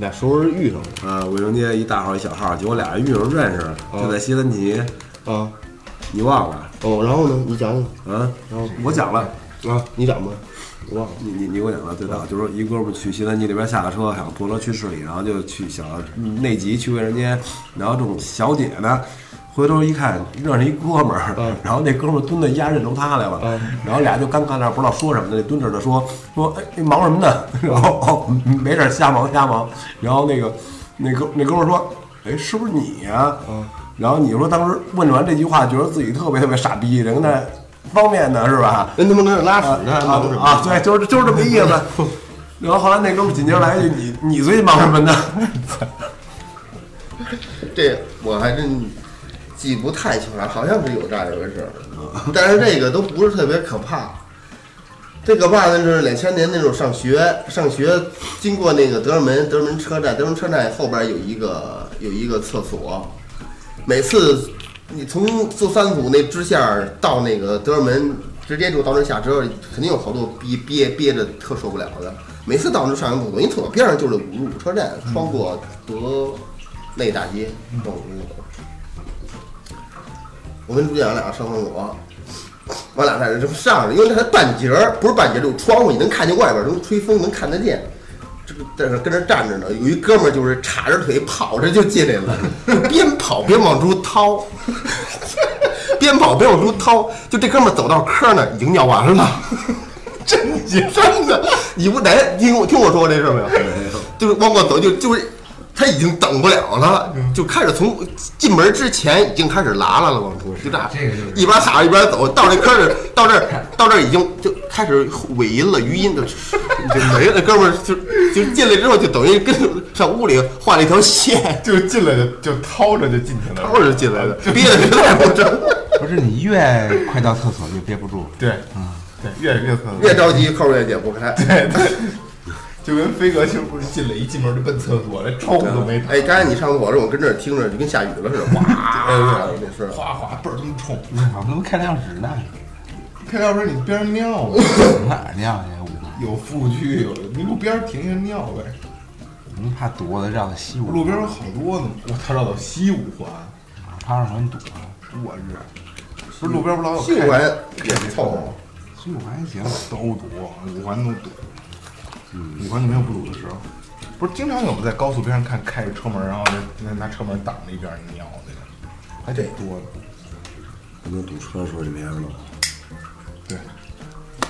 Speaker 3: 俩熟人遇上了
Speaker 2: 啊，卫生间一大号一小号，结果俩人遇上认识了，就在西三旗，
Speaker 3: 啊，
Speaker 2: 你忘了？
Speaker 3: 哦，然后呢？你讲
Speaker 2: 嗯，我讲了。
Speaker 3: 讲啊，你讲吧，我忘了。
Speaker 2: 你你你给我讲了，最早就是说一哥们儿去西三旗那边下了车，想坐车去市里，然后就去想内急去卫生间，然后这种小姐呢，回头一看认识一哥们儿，然后那哥们儿蹲那压认出他来了，然后俩就尴尬那儿不知道说什么的，蹲着的说说哎你忙什么呢？ 然后哦嗯没事儿瞎忙瞎忙，然后那个那哥那哥们儿说哎是不是你呀、然后你说当时问完这句话，觉得自己特别特别傻逼，人在那方便呢是吧？
Speaker 3: 人他妈跟那拉屎呢，还
Speaker 2: 啊
Speaker 3: 弄什么
Speaker 2: 啊，对，就是就是这么意思。然后后来那哥们儿紧接着来一句：“你你最近忙什么呢
Speaker 3: 这我还真记不太清了，好像是有这样一回事儿，但是这个都不是特别可怕。最可怕的就是两千年那时候上学，上学经过那个德胜门，德胜门车站，德胜门车站后边有一个有一个厕所，每次你从坐三组那支线儿到那个德胜门直接就到那儿下之后，肯定有好多憋憋憋着特受不了的。每次到那儿上完厕所，因为厕所边上就是五路车站，穿过德内大街，到五路口。我跟朱建阳俩上厕所，我俩在这上着，因为它半截儿不是半截儿，就窗户你能看见外边儿，能吹风能看得见。这个在那跟那站着呢，有一哥们儿就是叉着腿跑着就进来了，就边跑边往出掏， 边跑边往出掏，就这哥们儿走到坑儿那儿已经尿完了，真真的，你不来听我听我说过这事儿没有？就是往过走就就是。他已经等不了了，就开始从进门之前已经开始拉拉了，往出就这样，
Speaker 4: 这个就是
Speaker 3: 一边喊一边走，到这坑儿这儿，到这儿，到这儿已经就开始尾音了，余音的 就没了。哥们儿就就进来之后，就等于跟上屋里画了一条线，
Speaker 1: 就是进来就就掏着就进去了，
Speaker 3: 然后就进来了，憋得实在不成，
Speaker 4: 不是你越快到厕所越憋不住，
Speaker 1: 对，对，越嗯越厕
Speaker 3: 越着急扣儿越解不 开。
Speaker 1: 对对，就跟飞哥其实不是进来一进门就奔厕所，连窗户都没打，
Speaker 3: 哎，刚才你上厕所时，我跟这儿听着就跟下雨了似的， 哗，哎那是。
Speaker 1: 哗哗倍儿他妈冲。
Speaker 4: 我他妈开两指呢，
Speaker 1: 开钥匙你边上尿啊，
Speaker 4: 哪儿尿去？我
Speaker 1: 有服务区有，你路边儿停下尿呗。
Speaker 4: 我们怕堵，我得绕到西五，
Speaker 1: 路边儿有好多呢，我操，绕到西五环，
Speaker 4: 怕让人堵了。
Speaker 1: 我日，不是路边儿不老有
Speaker 3: 西
Speaker 1: 开
Speaker 3: 环也不凑，
Speaker 4: 西五还行，
Speaker 1: 都堵，五环都堵，五环就没有不堵的时候。不是经常有在高速边上看开着车门，然后拿拿车门挡着一边儿尿的，
Speaker 3: 哎
Speaker 1: 还挺多的。
Speaker 2: 我们堵车的时候就这样了。
Speaker 1: 对，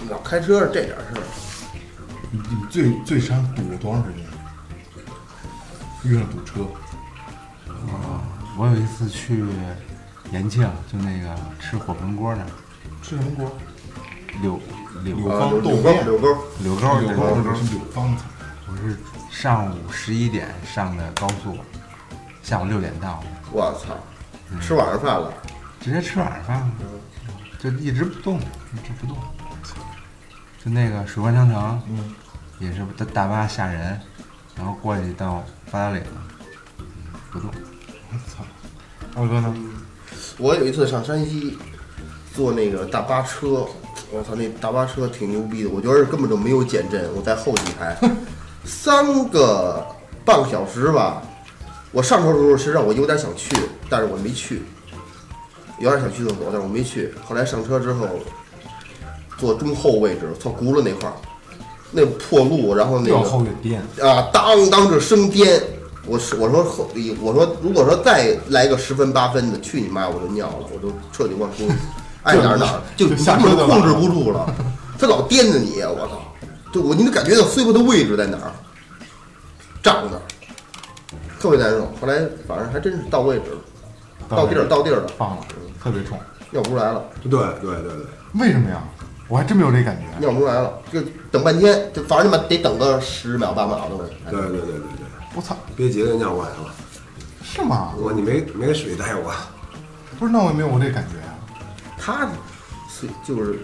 Speaker 3: 老开车这点事儿。
Speaker 1: 你你最最长堵了多长时间？啊遇上堵车，
Speaker 4: 我有一次去延庆，就那个吃火盆锅那儿，
Speaker 1: 吃什么锅？
Speaker 4: 柳柳
Speaker 1: 柳
Speaker 3: 啊，
Speaker 1: 芳
Speaker 3: 柳
Speaker 1: 豆
Speaker 3: 沟
Speaker 1: 面，
Speaker 3: 柳沟，
Speaker 4: 柳沟
Speaker 1: 柳芳
Speaker 4: 对柳
Speaker 1: 豆
Speaker 4: 沟
Speaker 1: 面，是柳芳菜。
Speaker 4: 我是上午十一点上的高速，下午六点到的，
Speaker 3: 我操，吃晚上饭了。
Speaker 4: 直接吃晚饭了，就一直不动，一直不动。就那个水关长城，
Speaker 1: 嗯，
Speaker 4: 也是大大巴吓人，然后过去到八达岭，不动。
Speaker 1: 我操，二哥呢？
Speaker 3: 我有一次上山西，坐那个大巴车，我操，那大巴车挺牛逼的，我觉得根本就没有减震，我在后几排，三个半个小时吧。我上车的时候，实际上我有点想去，但是我没去，有点想去厕所，但是我没去。后来上车之后，坐中后位置，坐轱辘那块儿，那破路，然后那个
Speaker 1: 越颠。
Speaker 3: 啊，当当这生颠。我是我说后我说如果说再来个十分八分的，去你妈！我就尿了，我就彻底忘 乎，爱哪儿哪儿，就
Speaker 1: 就下
Speaker 3: 根本
Speaker 1: 车就
Speaker 3: 控
Speaker 1: 完
Speaker 3: 制
Speaker 1: 了
Speaker 3: 不住了。他老颠着你，啊我操！就我你能感觉到碎布的位置在哪儿，胀那儿，特别难受。后来反正还真是到位置了，到地儿到地儿了，
Speaker 1: 放了，特别冲。
Speaker 3: 尿不出来了，
Speaker 2: 对对对对，
Speaker 1: 为什么呀？我还真没有这感觉。
Speaker 3: 尿不出来了，就等半天，就反正你妈得等个十秒八秒哎的。
Speaker 2: 对对对对对，
Speaker 1: 我操，
Speaker 2: 别急着尿过来了，
Speaker 1: 是吗？
Speaker 2: 我你没没给水带我，
Speaker 1: 不是，那我也没有我这感觉啊。
Speaker 3: 他随就是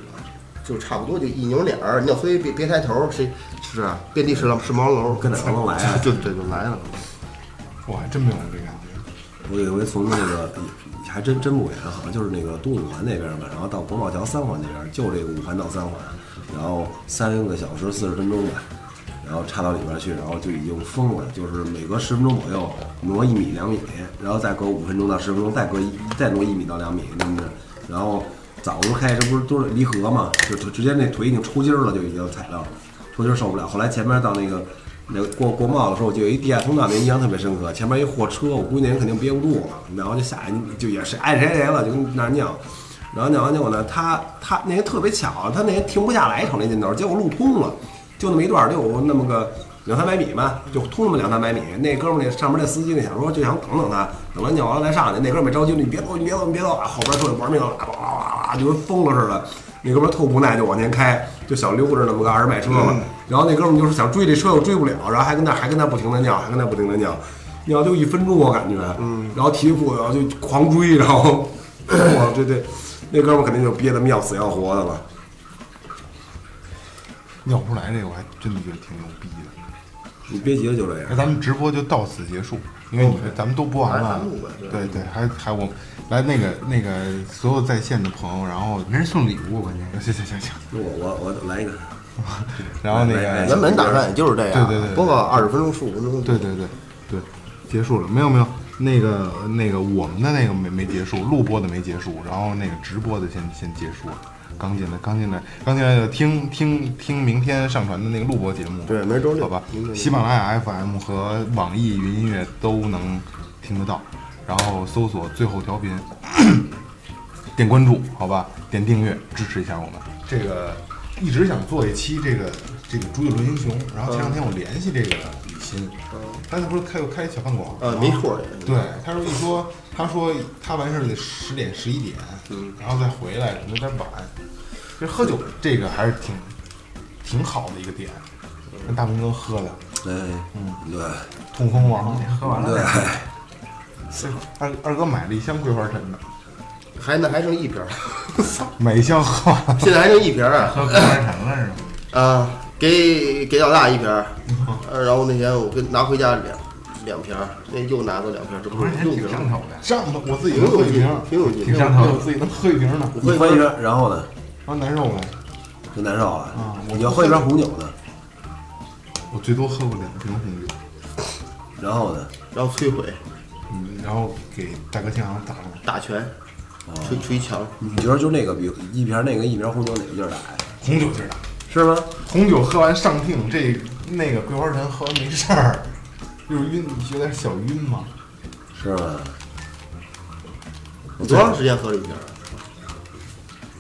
Speaker 3: 就差不多就一扭脸儿，尿虽别别抬头，谁是啊？遍地是狼是毛楼，
Speaker 2: 跟哪儿能来啊
Speaker 3: 就这就来了。
Speaker 1: 我还真没有这感觉。
Speaker 2: 我有一回从那个还真真不远，好像就是那个东五环那边吧，然后到国贸桥三环那边，就这个五环到三环，然后三个小时四十分钟吧，然后插到里边去，然后就已经疯了，就是每隔十分钟左右挪一米两米，然后再隔五分钟到十分钟，再隔一再挪一米到两米那么着，然后早上开这不是都是离合嘛，就就直接那腿已经抽筋儿了，就已经踩到了，抽筋儿受不了。后来前面到那个那个过国贸的时候，就有一地下通道，那印象特别深刻。前面一货车，我估计那人肯定憋不住了，然后就下来就也是爱谁谁了，就跟那儿尿。然后尿完结果呢，他他那人特别巧，他那人停不下来瞅那劲头，结果路通了，就那么一段儿，得有那么个两三百米吧，就通那么两三百米。那哥们儿那上面那司机那想说就想等等他，等完尿完了再上去。那哥们儿着急，你别走，你别走，你别走，啊后边车就玩命了，哇哇哇哇，就跟疯了似的。那哥们儿特无奈就往前开，就想溜着那么个二十迈车嘛。然后那哥们儿就是想追这车又追不了，然后还跟那还跟那不停的尿，还跟那不停的尿，尿就一分钟我感觉，嗯，然后提裤子然后就狂追，然后 哇这这那哥们儿肯定就憋得要死要活的了。
Speaker 1: 尿不出来这个，我还真的觉得挺牛逼的。
Speaker 2: 你憋急了就这样
Speaker 1: 那。咱们直播就到此结束。因为你们咱们都播完了
Speaker 5: 咱们录吧，对
Speaker 1: 对对，还还我来那个那个所有在线的朋友，然后
Speaker 4: 没人送礼物，关键
Speaker 1: 行行行行，
Speaker 2: 我我我来一个，
Speaker 1: 然后那
Speaker 2: 来来
Speaker 1: 个
Speaker 2: 来
Speaker 3: 原本打算也就是这样，
Speaker 1: 对对对
Speaker 3: 播个二十分钟、十五分钟。
Speaker 1: 对对对对，结束了没有没有，那个那个我们的那个没没结束，录播的没结束，然后那个直播的先先结束了。刚进来，刚进来，刚进来就听听听明天上传的那个录播节目。
Speaker 3: 对明儿周六
Speaker 1: 好吧
Speaker 3: 明儿周，六
Speaker 1: 喜马拉雅 FM 和网易云音乐都能听得到，然后搜索最后调频， 点关注，好吧，点订阅，支持一下我们。这个一直想做一期这个这个《煮酒论英雄》，然后前两天我联系这个雨欣，他那不是开又开小饭馆吗？啊
Speaker 3: 呃，没错儿，
Speaker 1: 对，他说一说，他说他完事儿得十点十一点，然后再回来可能有点晚。其实喝酒这个还是挺挺好的一个点，跟大明哥喝的
Speaker 2: 哎，嗯，对
Speaker 1: 痛风王，喝完
Speaker 2: 对，
Speaker 1: 了。二二哥买了一箱桂花陈的，
Speaker 3: 还那还剩一 瓶儿，
Speaker 1: 买一箱喝完了。
Speaker 3: 现在还剩一瓶儿啊
Speaker 4: 喝桂花橙了是吗？
Speaker 3: 啊，给给老大一瓶儿，呃然后那天我跟拿回家两两瓶儿，那又拿走两瓶儿，这不
Speaker 4: 不
Speaker 3: 是
Speaker 4: 是，还
Speaker 3: 六
Speaker 4: 挺
Speaker 3: 瓶儿
Speaker 4: 上
Speaker 3: 吗，
Speaker 4: 头的。
Speaker 1: 上头我自己能喝一瓶儿，
Speaker 3: 挺有劲
Speaker 1: 挺
Speaker 4: 上头的
Speaker 1: 我自己能喝一瓶儿呢，
Speaker 3: 我
Speaker 2: 你
Speaker 3: 喝一
Speaker 2: 喝一
Speaker 3: 瓶儿
Speaker 2: 瓶，然后呢
Speaker 1: 啊难受了。
Speaker 2: 就难受了，
Speaker 1: 啊我
Speaker 2: 你要喝一瓶红酒呢，
Speaker 1: 我最多喝过两瓶红酒，
Speaker 2: 然后呢，
Speaker 3: 然后摧毁
Speaker 1: 嗯，然后给大哥经常打了。
Speaker 3: 打拳，
Speaker 1: 哦
Speaker 3: 捶捶墙，
Speaker 1: 嗯
Speaker 2: 你觉得就那个比一瓶那个一瓶红酒哪个劲儿大呀？
Speaker 1: 红酒劲儿大，
Speaker 2: 是吗？
Speaker 1: 红酒喝完上听，这那个桂花陈喝完没事 儿，就是晕，有点小晕嘛。
Speaker 2: 是
Speaker 1: 啊
Speaker 2: 吗？
Speaker 3: 你多长时间喝了一瓶儿？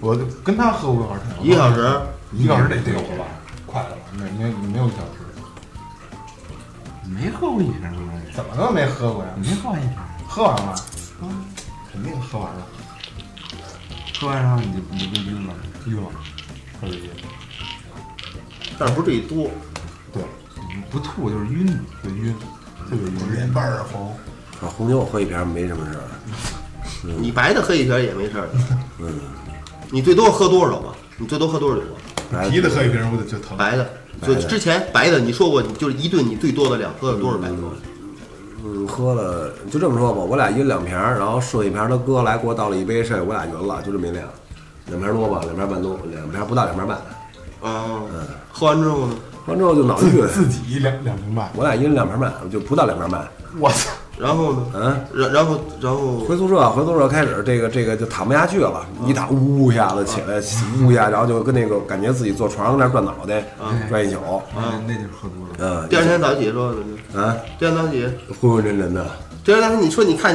Speaker 1: 我跟他喝过桂花陈，
Speaker 3: 一个小时，
Speaker 1: 一个小时得得有了吧，快了吧，没没没有一小时，
Speaker 4: 没喝过一瓶儿吗？
Speaker 1: 怎么都没喝过呀？
Speaker 4: 没喝过一瓶儿，
Speaker 1: 喝完了，嗯，肯定喝完了，
Speaker 4: 喝完然后你就你就晕了。
Speaker 1: 晕了，喝了一夜，
Speaker 3: 但是不至于多。
Speaker 1: 对，
Speaker 4: 你不吐就是晕，
Speaker 1: 就晕，特别晕，脸瓣儿红。
Speaker 2: 啊，红酒我喝一瓶没什么事儿，
Speaker 1: 嗯
Speaker 3: 你白的喝一瓶儿也没事儿的，
Speaker 2: 嗯，
Speaker 3: 你最多喝多少吧？你最多喝多少酒啊？
Speaker 2: 白
Speaker 1: 啤的喝一瓶，我得就疼。
Speaker 3: 白的，就
Speaker 2: 白的
Speaker 3: 之前白的，你说过，你就是一顿你最多的两喝了多少白酒？
Speaker 2: 嗯，喝了就这么说吧，我俩晕两瓶儿，然后顺一瓶儿他哥来给我倒了一杯剩下我俩晕了，就这么一量，两瓶儿多吧，两瓶儿半多，两瓶儿不到两瓶儿半，嗯
Speaker 3: 啊，喝完之后呢，
Speaker 2: 完之后就脑
Speaker 1: 自
Speaker 2: 晕，
Speaker 1: 自己两两瓶半，
Speaker 2: 我俩晕两瓶儿半，就不到两瓶儿半，
Speaker 1: 我操！
Speaker 3: 然后呢，
Speaker 2: 嗯，
Speaker 3: 然然后然后
Speaker 2: 回宿舍回宿舍开始这个这个就躺不下去了，一躺呜一下子起来，呜一下，然后就跟那个感觉自己坐床上那儿转脑袋，转一宿，
Speaker 4: 那那就是喝多了。
Speaker 2: 嗯，
Speaker 3: 第二天早起说什么？
Speaker 2: 啊，
Speaker 3: 第二天早起，
Speaker 2: 昏昏沉沉的。
Speaker 3: 第二天早起你说你看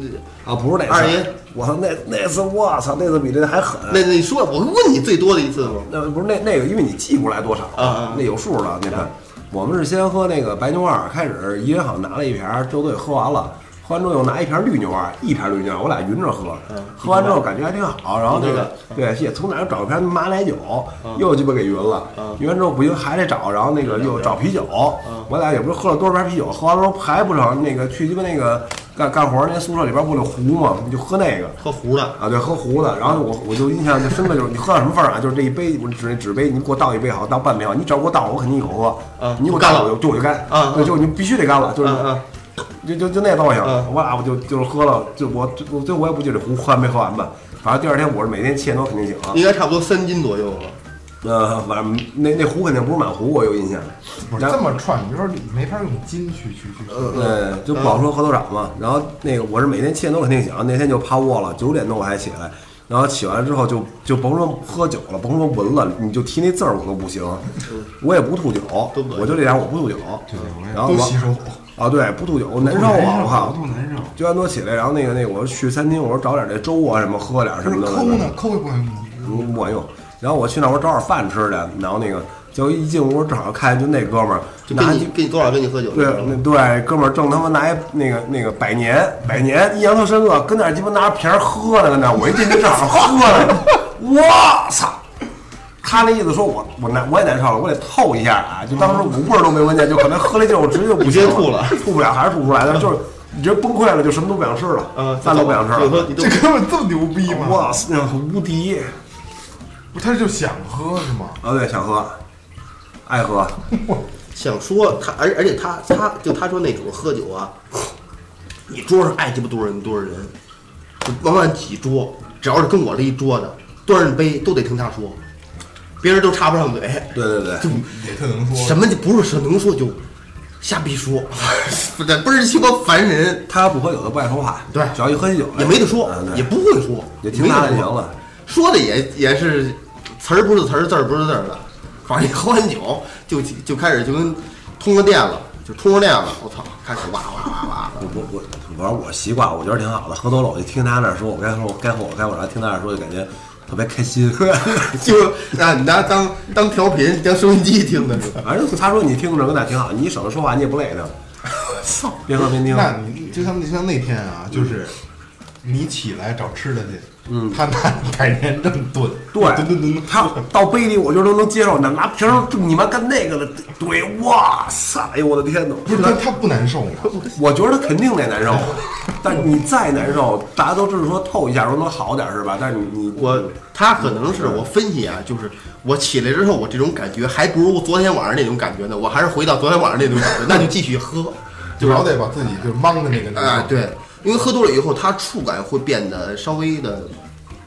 Speaker 3: 见
Speaker 2: 啊，不是那次，
Speaker 3: 二爷，
Speaker 2: 我操，那那次我操，那次比这还狠。
Speaker 3: 那那你说我问你最多的一次吗？
Speaker 2: 那不是那那个，因为你记不来多少，
Speaker 3: 啊啊
Speaker 2: 那有数了。那个，我们是先喝那个白牛二，开始一人好像拿了一瓶儿，周队喝完了，喝完之后又拿一瓶绿牛二，一瓶绿牛二，我俩匀着喝，喝完之后感觉还挺好，然后那
Speaker 3: 嗯一嗯
Speaker 2: 个
Speaker 3: 个
Speaker 2: 对，也从哪儿找一瓶马奶酒，
Speaker 3: 嗯
Speaker 2: 又鸡巴给匀了，匀完之后不行还得找，然后那个又找啤酒，
Speaker 3: 嗯
Speaker 2: 我俩也不是喝了多少瓶啤酒，喝完之后还不成，那个去鸡巴那个干干活儿那宿舍里边儿不有壶嘛，你就喝那个。
Speaker 3: 喝糊了，
Speaker 2: 啊，对，喝糊了。然后我我就印象就深刻，就是你喝到什么份儿啊？就是这一杯，我纸那纸杯，你给我倒一杯好，倒半杯好，你只要给我倒了，我肯定一口喝。
Speaker 3: 啊
Speaker 2: 你给我倒了，我就就我就干。
Speaker 3: 啊
Speaker 2: 对，
Speaker 3: 啊
Speaker 2: 就你必须得干了，就是
Speaker 3: 啊啊
Speaker 2: 就就就那造型
Speaker 3: 啊。
Speaker 2: 我俩我就就是喝了，就我就我最后我也不记得壶喝完没喝完吧。反正第二天我是每天七点多肯定醒啊。
Speaker 3: 应该差不多三斤左右了。
Speaker 2: 呃，反正那那壶肯定不是满壶，我有印象。
Speaker 1: 我
Speaker 2: 然后
Speaker 1: 这么串，你就说没法用金去去去。
Speaker 2: 呃，就不好说喝多少嘛。然后那个我是每天七点多肯定醒，那天就趴窝了，九点多我还起来。然后起完之后就就甭说喝酒了，甭说闻了，你就提那字儿我都不行，我也不吐酒
Speaker 3: 都不，
Speaker 2: 我就这点我不吐酒，然后
Speaker 1: 都
Speaker 2: 我
Speaker 1: 吸收
Speaker 2: 啊，对，不吐酒难受啊，我
Speaker 4: 不
Speaker 2: 靠
Speaker 4: 吐，难受。
Speaker 2: 九点多起来，然后那个那个我去餐厅，我说找点这粥啊什么喝点儿什
Speaker 1: 不是啊抠
Speaker 2: 么的，
Speaker 1: 呢，抠也不管用吗？
Speaker 2: 不不管用。然后我去那儿我找点饭吃去，然后那个结果一进屋正好看见就那哥们儿
Speaker 3: 就
Speaker 2: 拿
Speaker 3: 跟
Speaker 2: 一
Speaker 3: 你跟你多少跟你喝酒
Speaker 2: 对
Speaker 3: 那种，
Speaker 2: 那对，哥们儿正他妈拿一那个那个百年百年印象特深刻，跟那儿鸡巴拿瓶儿喝呢，跟那儿我一进去正好喝呢，我操！他那意思说我我难我也难受了，我得透一下啊，就当时我棍儿都没闻见，就可能喝了劲儿，我直接就不行
Speaker 3: 你直接吐了
Speaker 2: 吐不了还是吐不出来的，就是你直接崩溃了，就什么都不想吃了，
Speaker 3: 嗯，
Speaker 2: 饭都不想吃
Speaker 3: 就说
Speaker 2: 了。
Speaker 3: 你都
Speaker 1: 这哥们这么牛逼吗？
Speaker 2: 哇塞，那无敌
Speaker 1: 不是，他就想喝是吗？
Speaker 2: 啊！对，想喝，爱喝，
Speaker 3: 想说他，而而且他他就他说那种喝酒啊，你桌上爱鸡巴多少人多少人，就往往几桌，只要是跟我这一桌的，端着杯都得听他说，别人都插不上嘴，
Speaker 2: 对对对，
Speaker 3: 就
Speaker 1: 也特能说，
Speaker 3: 什么就不是能说就瞎逼说， 不是不是鸡巴烦人，
Speaker 2: 他要不喝酒，他不爱说话。
Speaker 3: 对
Speaker 2: 只要一喝起酒来
Speaker 3: 也没得说
Speaker 2: 嗯，对
Speaker 3: 也不会说，
Speaker 2: 也听他的就行
Speaker 3: 没得说
Speaker 2: 了。
Speaker 3: 说的也也是词儿不是词儿，字儿不是字儿的，反正一喝完酒就就开始就跟通个电了，就通个电了，我操，开始哇哇哇哇
Speaker 2: 我我我，我要我习惯，我觉得挺好的。喝多了我就听他那儿说，我该说我该喝我该我，然后听他那儿说就感觉特别开心。
Speaker 3: 的， 就那你拿当当调频当收音机听的是吧？
Speaker 2: 反正他说你听着那挺好，你省着说话你也不累的。
Speaker 3: 操，
Speaker 2: 边喝边听。
Speaker 1: 那啊你就像就像那天
Speaker 3: 嗯
Speaker 1: 啊，就是你起来找吃的去，嗯，他拿海绵正炖，
Speaker 2: 对，
Speaker 1: 炖炖炖炖，
Speaker 2: 他到杯里我就都能接受，哪拿瓶儿就你妈干那个的，对，哇塞，哎呦我的天呐，
Speaker 1: 不是他他不难受啊吗？
Speaker 2: 我觉得他肯定得难受，但你再难受，大家都知道说透一下说能好点儿是吧？但是你你
Speaker 3: 我他可能是我分析啊，就是我起来之后，我这种感觉还不如昨天晚上那种感觉呢，我还是回到昨天晚上那种感觉，那就继续喝，
Speaker 1: 就老得把自己就mang着那个
Speaker 3: 啊，
Speaker 1: 那个，
Speaker 3: 对，因为喝多了以后，它触感会变得稍微的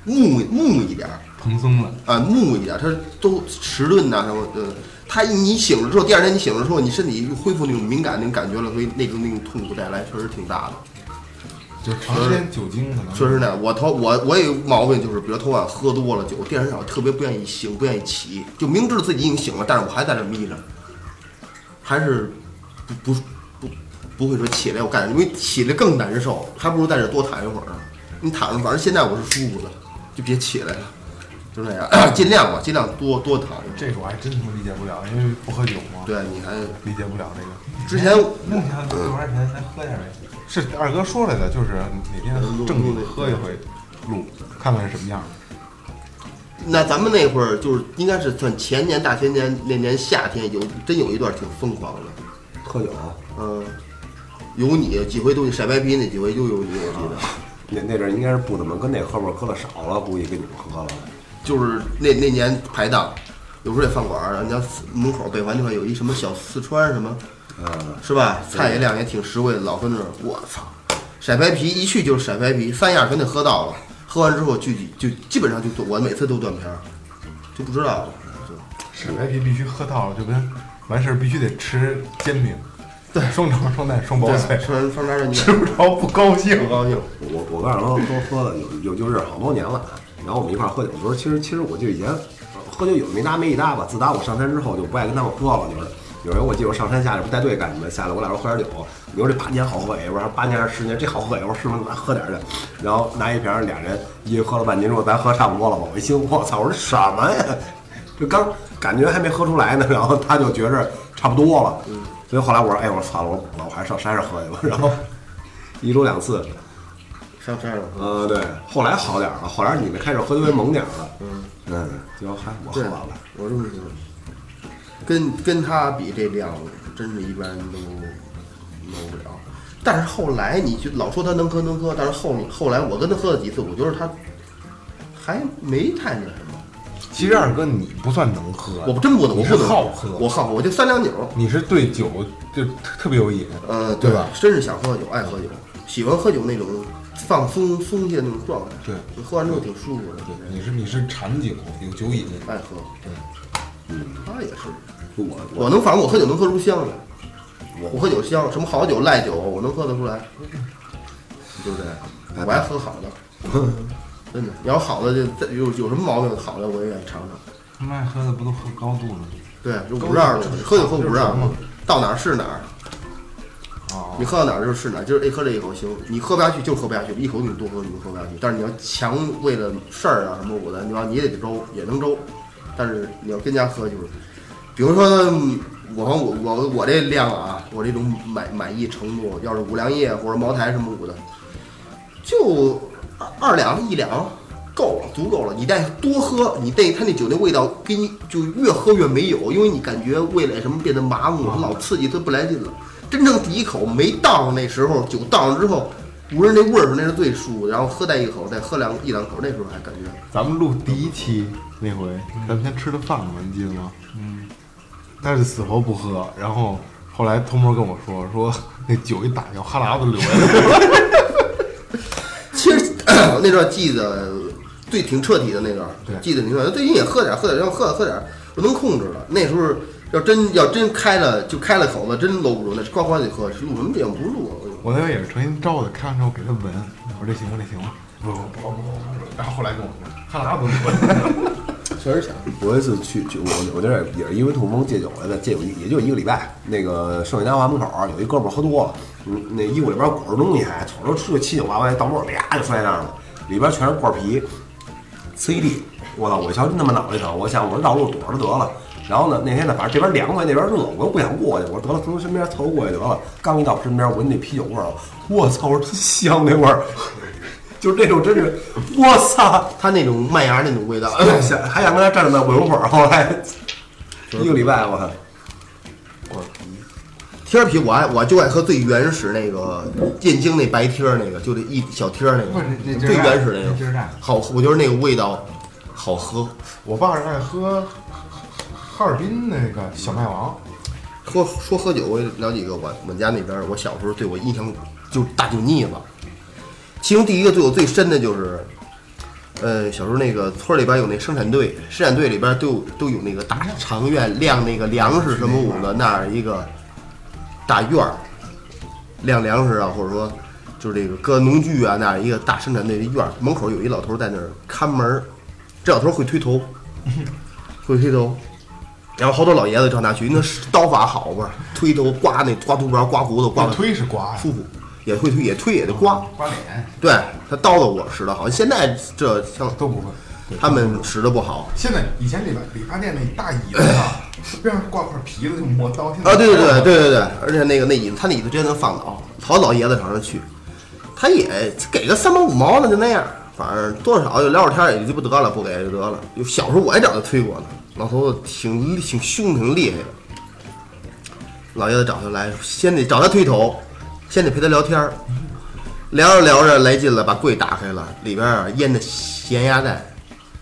Speaker 3: 木木一点儿，
Speaker 4: 蓬松了，
Speaker 3: 啊，木一点儿，它都迟钝呐、什么的。它你醒了之后，第二天你醒了之后，你身体恢复那种敏感那种感觉了，所以那种那种痛苦带来确实挺大的。
Speaker 1: 就长时间酒精可能
Speaker 3: 说实在，我头我我也有毛病，就是比如头晚喝多了酒，第二天早上特别不愿意醒，不愿意起，就明知道自己已经醒了，但是我还在那眯着，还是不不不不会说起来我干，因为起来更难受，还不如在这多躺一会儿呢。你躺着，反正现在我是舒服的，就别起来了，就那样，尽量吧，尽量多多躺一会儿。
Speaker 1: 这个我还真他妈理解不了，因为不喝酒嘛，
Speaker 3: 对，你还
Speaker 1: 理解不了这个。
Speaker 3: 之前
Speaker 4: 弄下六块钱咱喝点呗。
Speaker 1: 是二哥说来的，就是哪天正经喝一回，录看看是什么样。
Speaker 3: 那咱们那会儿就是应该是算前年大前年那年夏天有真有一段挺疯狂的。
Speaker 2: 喝酒
Speaker 3: 嗯，有你几回都你晒白皮那几回就有你，我记得，
Speaker 2: 那那阵儿应该是不怎么跟那哥们儿喝的少了，估计跟你们喝了。
Speaker 3: 就是那那年排档，有时候也饭馆儿，人家门口北环那块有一什么小四川什么，
Speaker 2: 嗯，
Speaker 3: 是吧？菜也量也挺实惠的，老跟那儿，我操，晒白皮一去就是晒白皮，三样全得喝到了，喝完之后就就基本上就断，我每次都断片儿，就不知道了。就
Speaker 1: 晒白皮必须喝到了，就跟完事儿必须得吃煎饼，对，双肠双蛋双薄脆，
Speaker 3: 吃完方便面你
Speaker 1: 吃不着不高兴。
Speaker 3: 不高兴，
Speaker 2: 我我告诉他都喝了有有就是好多年了，啊然后我们一块儿喝酒的时候，其实其实我就以前喝酒有没搭没一搭吧。自打我上山之后就不爱跟他们喝了，就是有人我记得我上山下来不带队干什么，下来我俩说喝点酒，你说这八年好喝也不是八年还是十年这好喝也不是吗？咱喝点儿去，然后拿一瓶儿俩人一人喝了半斤，说咱喝差不多了吧？我一听我操，我说什么呀？ 这刚感觉还没喝出来呢，然后他就觉着差不多了，所以后来我说哎我说操了，我我还是上山上喝去吧， 然后一周两次。
Speaker 3: 上山了。
Speaker 2: 呃，对，后来好点儿了，后来你们开始喝酒猛点儿了，嗯嗯，就还我喝
Speaker 3: 对
Speaker 2: 完了，，
Speaker 3: 我这么觉得。跟跟他比这量，真是一般都弄不了。但是后来你就老说他能喝能喝，但是后后来我跟他喝了几次，我觉得他还没太那什么。
Speaker 1: 其实二哥你不算能喝，
Speaker 3: 我真不能，我
Speaker 1: 你
Speaker 3: 不
Speaker 1: 是
Speaker 3: 能
Speaker 1: 啊好喝，
Speaker 3: 我好喝，我就三两酒。
Speaker 1: 你是对酒就特特别有瘾，
Speaker 3: 呃，
Speaker 1: 对吧？
Speaker 3: 真是想喝酒，爱喝酒，喜欢喝酒那种放松松懈的那种状态。
Speaker 1: 对，
Speaker 3: 喝完之后挺舒服的，
Speaker 1: 对，你是你是馋酒，有酒瘾。
Speaker 3: 爱喝。对，嗯，他也是。
Speaker 2: 我我
Speaker 3: 我能反正我喝酒能喝出香来，我喝酒香，什么好酒赖酒我能喝得出来， 对不对？我还喝好的， 真的。你要好的就再有有什么毛病好的我也愿意尝尝。
Speaker 4: 他妈喝的不都喝高度了吗？
Speaker 3: 对，就五十二度，喝酒喝五十二度，到哪儿是哪儿。你喝到哪儿就是哪儿，就是哎喝这一口行，你喝不下去就喝不下去，一口你多喝你就喝不下去。但是你要强为了事儿啊什么我的，你要你也得周也能周，但是你要跟家喝就是，比如说嗯我和我我我这量啊，我这种满满意程度，要是五粮液或者茅台什么五的，就二二两一两够了，足够了。你再多喝，你那它那酒那味道给你就越喝越没有，因为你感觉味蕾什么变得麻木，它老刺激，它不来劲了。真正第一口没倒上那时候，酒倒上之后，闻着那味儿，那是最舒服。然后喝带一口，再喝两一两口，那时候还感觉
Speaker 1: 咱们录第一期那回，咱们先吃的饭嘛，你记得吗？嗯，他是死活不喝，然后后后来偷摸跟我说说那酒一打掉，哈喇子流下 来了。
Speaker 3: 其实 那段记得最挺彻底的那段
Speaker 1: 对，
Speaker 3: 记得挺彻底。最近也喝点儿，喝点儿，要喝点儿喝点儿，我能控制了。那时候要真要真开了，就开了口子，真搂不住，那呱呱得喝，录什么节目不录？啊
Speaker 1: 我那回也是成心招的，开完之后给他闻，我说这行吗？这行吗？不不不不不，然后后来跟我说哈喇子流下来了。
Speaker 3: 确实想，
Speaker 2: 我有一次去去我我那儿也是因为痛风戒酒来的，戒酒也就一个礼拜。那个圣家华门口儿有一哥们儿喝多了，嗯，那衣服里边裹着东西，还瞅着吃的七扭八歪，到门口儿啪就摔那儿了，里边全是罐皮，呲一地。我操！我一瞧真他妈脑袋疼，我想我说绕路躲着得了。然后呢，那天呢，反正这边凉快，那边热，我又不想过去，我说得了，从身边凑合过去得了。刚一到身边，闻那啤酒味儿了，我操！我说真香那味儿， 就是那种真是，我操！
Speaker 3: 他那种麦芽那种味道，哎
Speaker 2: 想还想跟他站着那闻会儿，后来一个礼拜我操，
Speaker 3: 贴儿啤我爱我就爱喝最原始那个燕京那白贴儿那个，就这一小贴儿那
Speaker 4: 不是那
Speaker 3: 个，
Speaker 4: 那
Speaker 3: 最
Speaker 4: 劲儿大
Speaker 3: 原始那
Speaker 4: 那劲儿
Speaker 3: 个
Speaker 4: 大
Speaker 3: 好，我觉得那个味道好喝，
Speaker 1: 我爸是爱喝哈尔滨那个小麦王，
Speaker 3: 说说喝酒，我也聊几个我我们家那边儿，我小时候对我印象就是大酒腻子。其中第一个对我最深的就是，呃，小时候那个村儿里边有那生产队，生产队里边都有都有那个大长院晾那个粮食什么五的那样一个大院儿，晾粮食啊，或者说就是这个搁农具啊那样一个大生产队的院儿，门口有一老头在那儿看门儿，这老头会推头，会推头，然后好多老爷子上他去，那是刀法好吧，推头刮那刮秃瓢、刮胡子、刮
Speaker 1: 我推是刮呀
Speaker 3: 舒服，也会推，也推也得刮。
Speaker 4: 刮脸，
Speaker 3: 对他刀子我使的好，现在这像
Speaker 1: 都不会。
Speaker 3: 他们使的不好。
Speaker 1: 现在以前理发理发店那大椅子上，边上 挂块皮子就磨刀。现在
Speaker 3: 啊，对对对对对对，而且那个那椅子，他那椅子直接能放倒，好老爷子上那去，他也给个三毛五毛的就那样，反正多少就聊会儿天儿也就不得了，不给就得了。有小时候我还找他推过呢，老头子挺挺凶挺厉害的，老爷子找他来，先得找他推头，先得陪他聊天儿，聊着聊着来劲了，把柜打开了，里边啊腌的咸鸭蛋，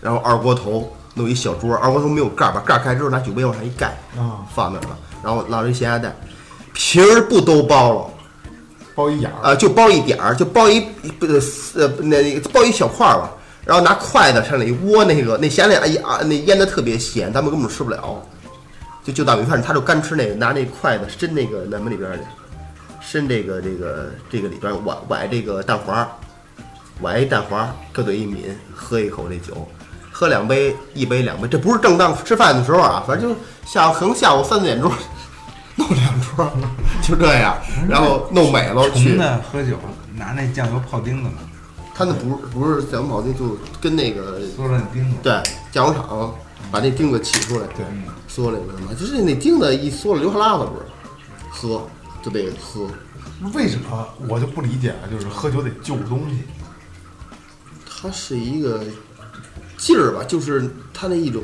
Speaker 3: 然后二锅头弄一小桌，二锅头没有盖儿，把盖儿开之后拿酒杯往上一盖，
Speaker 1: 啊
Speaker 3: 放那儿了，然后捞一咸鸭蛋，皮儿不都剥了。
Speaker 1: 包一眼儿，
Speaker 3: 啊，就包一点儿，就包一不呃呃那包一小块儿吧，然后拿筷子上来一窝那个那咸鸭蛋，哎呀啊那腌的特别咸，咱们根本吃不了，就就当米饭，他就干吃那个，拿那筷子伸那个什么里边儿去，伸这个这个这个里边儿崴崴这个蛋黄儿，崴一蛋黄儿，搁嘴一抿，喝一口这酒。喝两杯，一杯两杯，这不是正当吃饭的时候啊，反正就下午可能下午三四点钟， 弄两桌儿，就这样，然后弄美了去
Speaker 4: 穷。的喝酒拿那酱油泡钉子嘛，
Speaker 3: 他那不是不是酱毛巾，就跟那个
Speaker 1: 嗯
Speaker 4: 缩了那钉子。
Speaker 3: 对酱油厂把那钉子起出来，
Speaker 1: 对，
Speaker 3: 缩了一个嘛，就是那钉子一缩了流哈喇子不是，喝就得喝，
Speaker 1: 为什么我就不理解啊？就是喝酒得救东西，
Speaker 3: 它是一个劲儿吧，就是它那一种，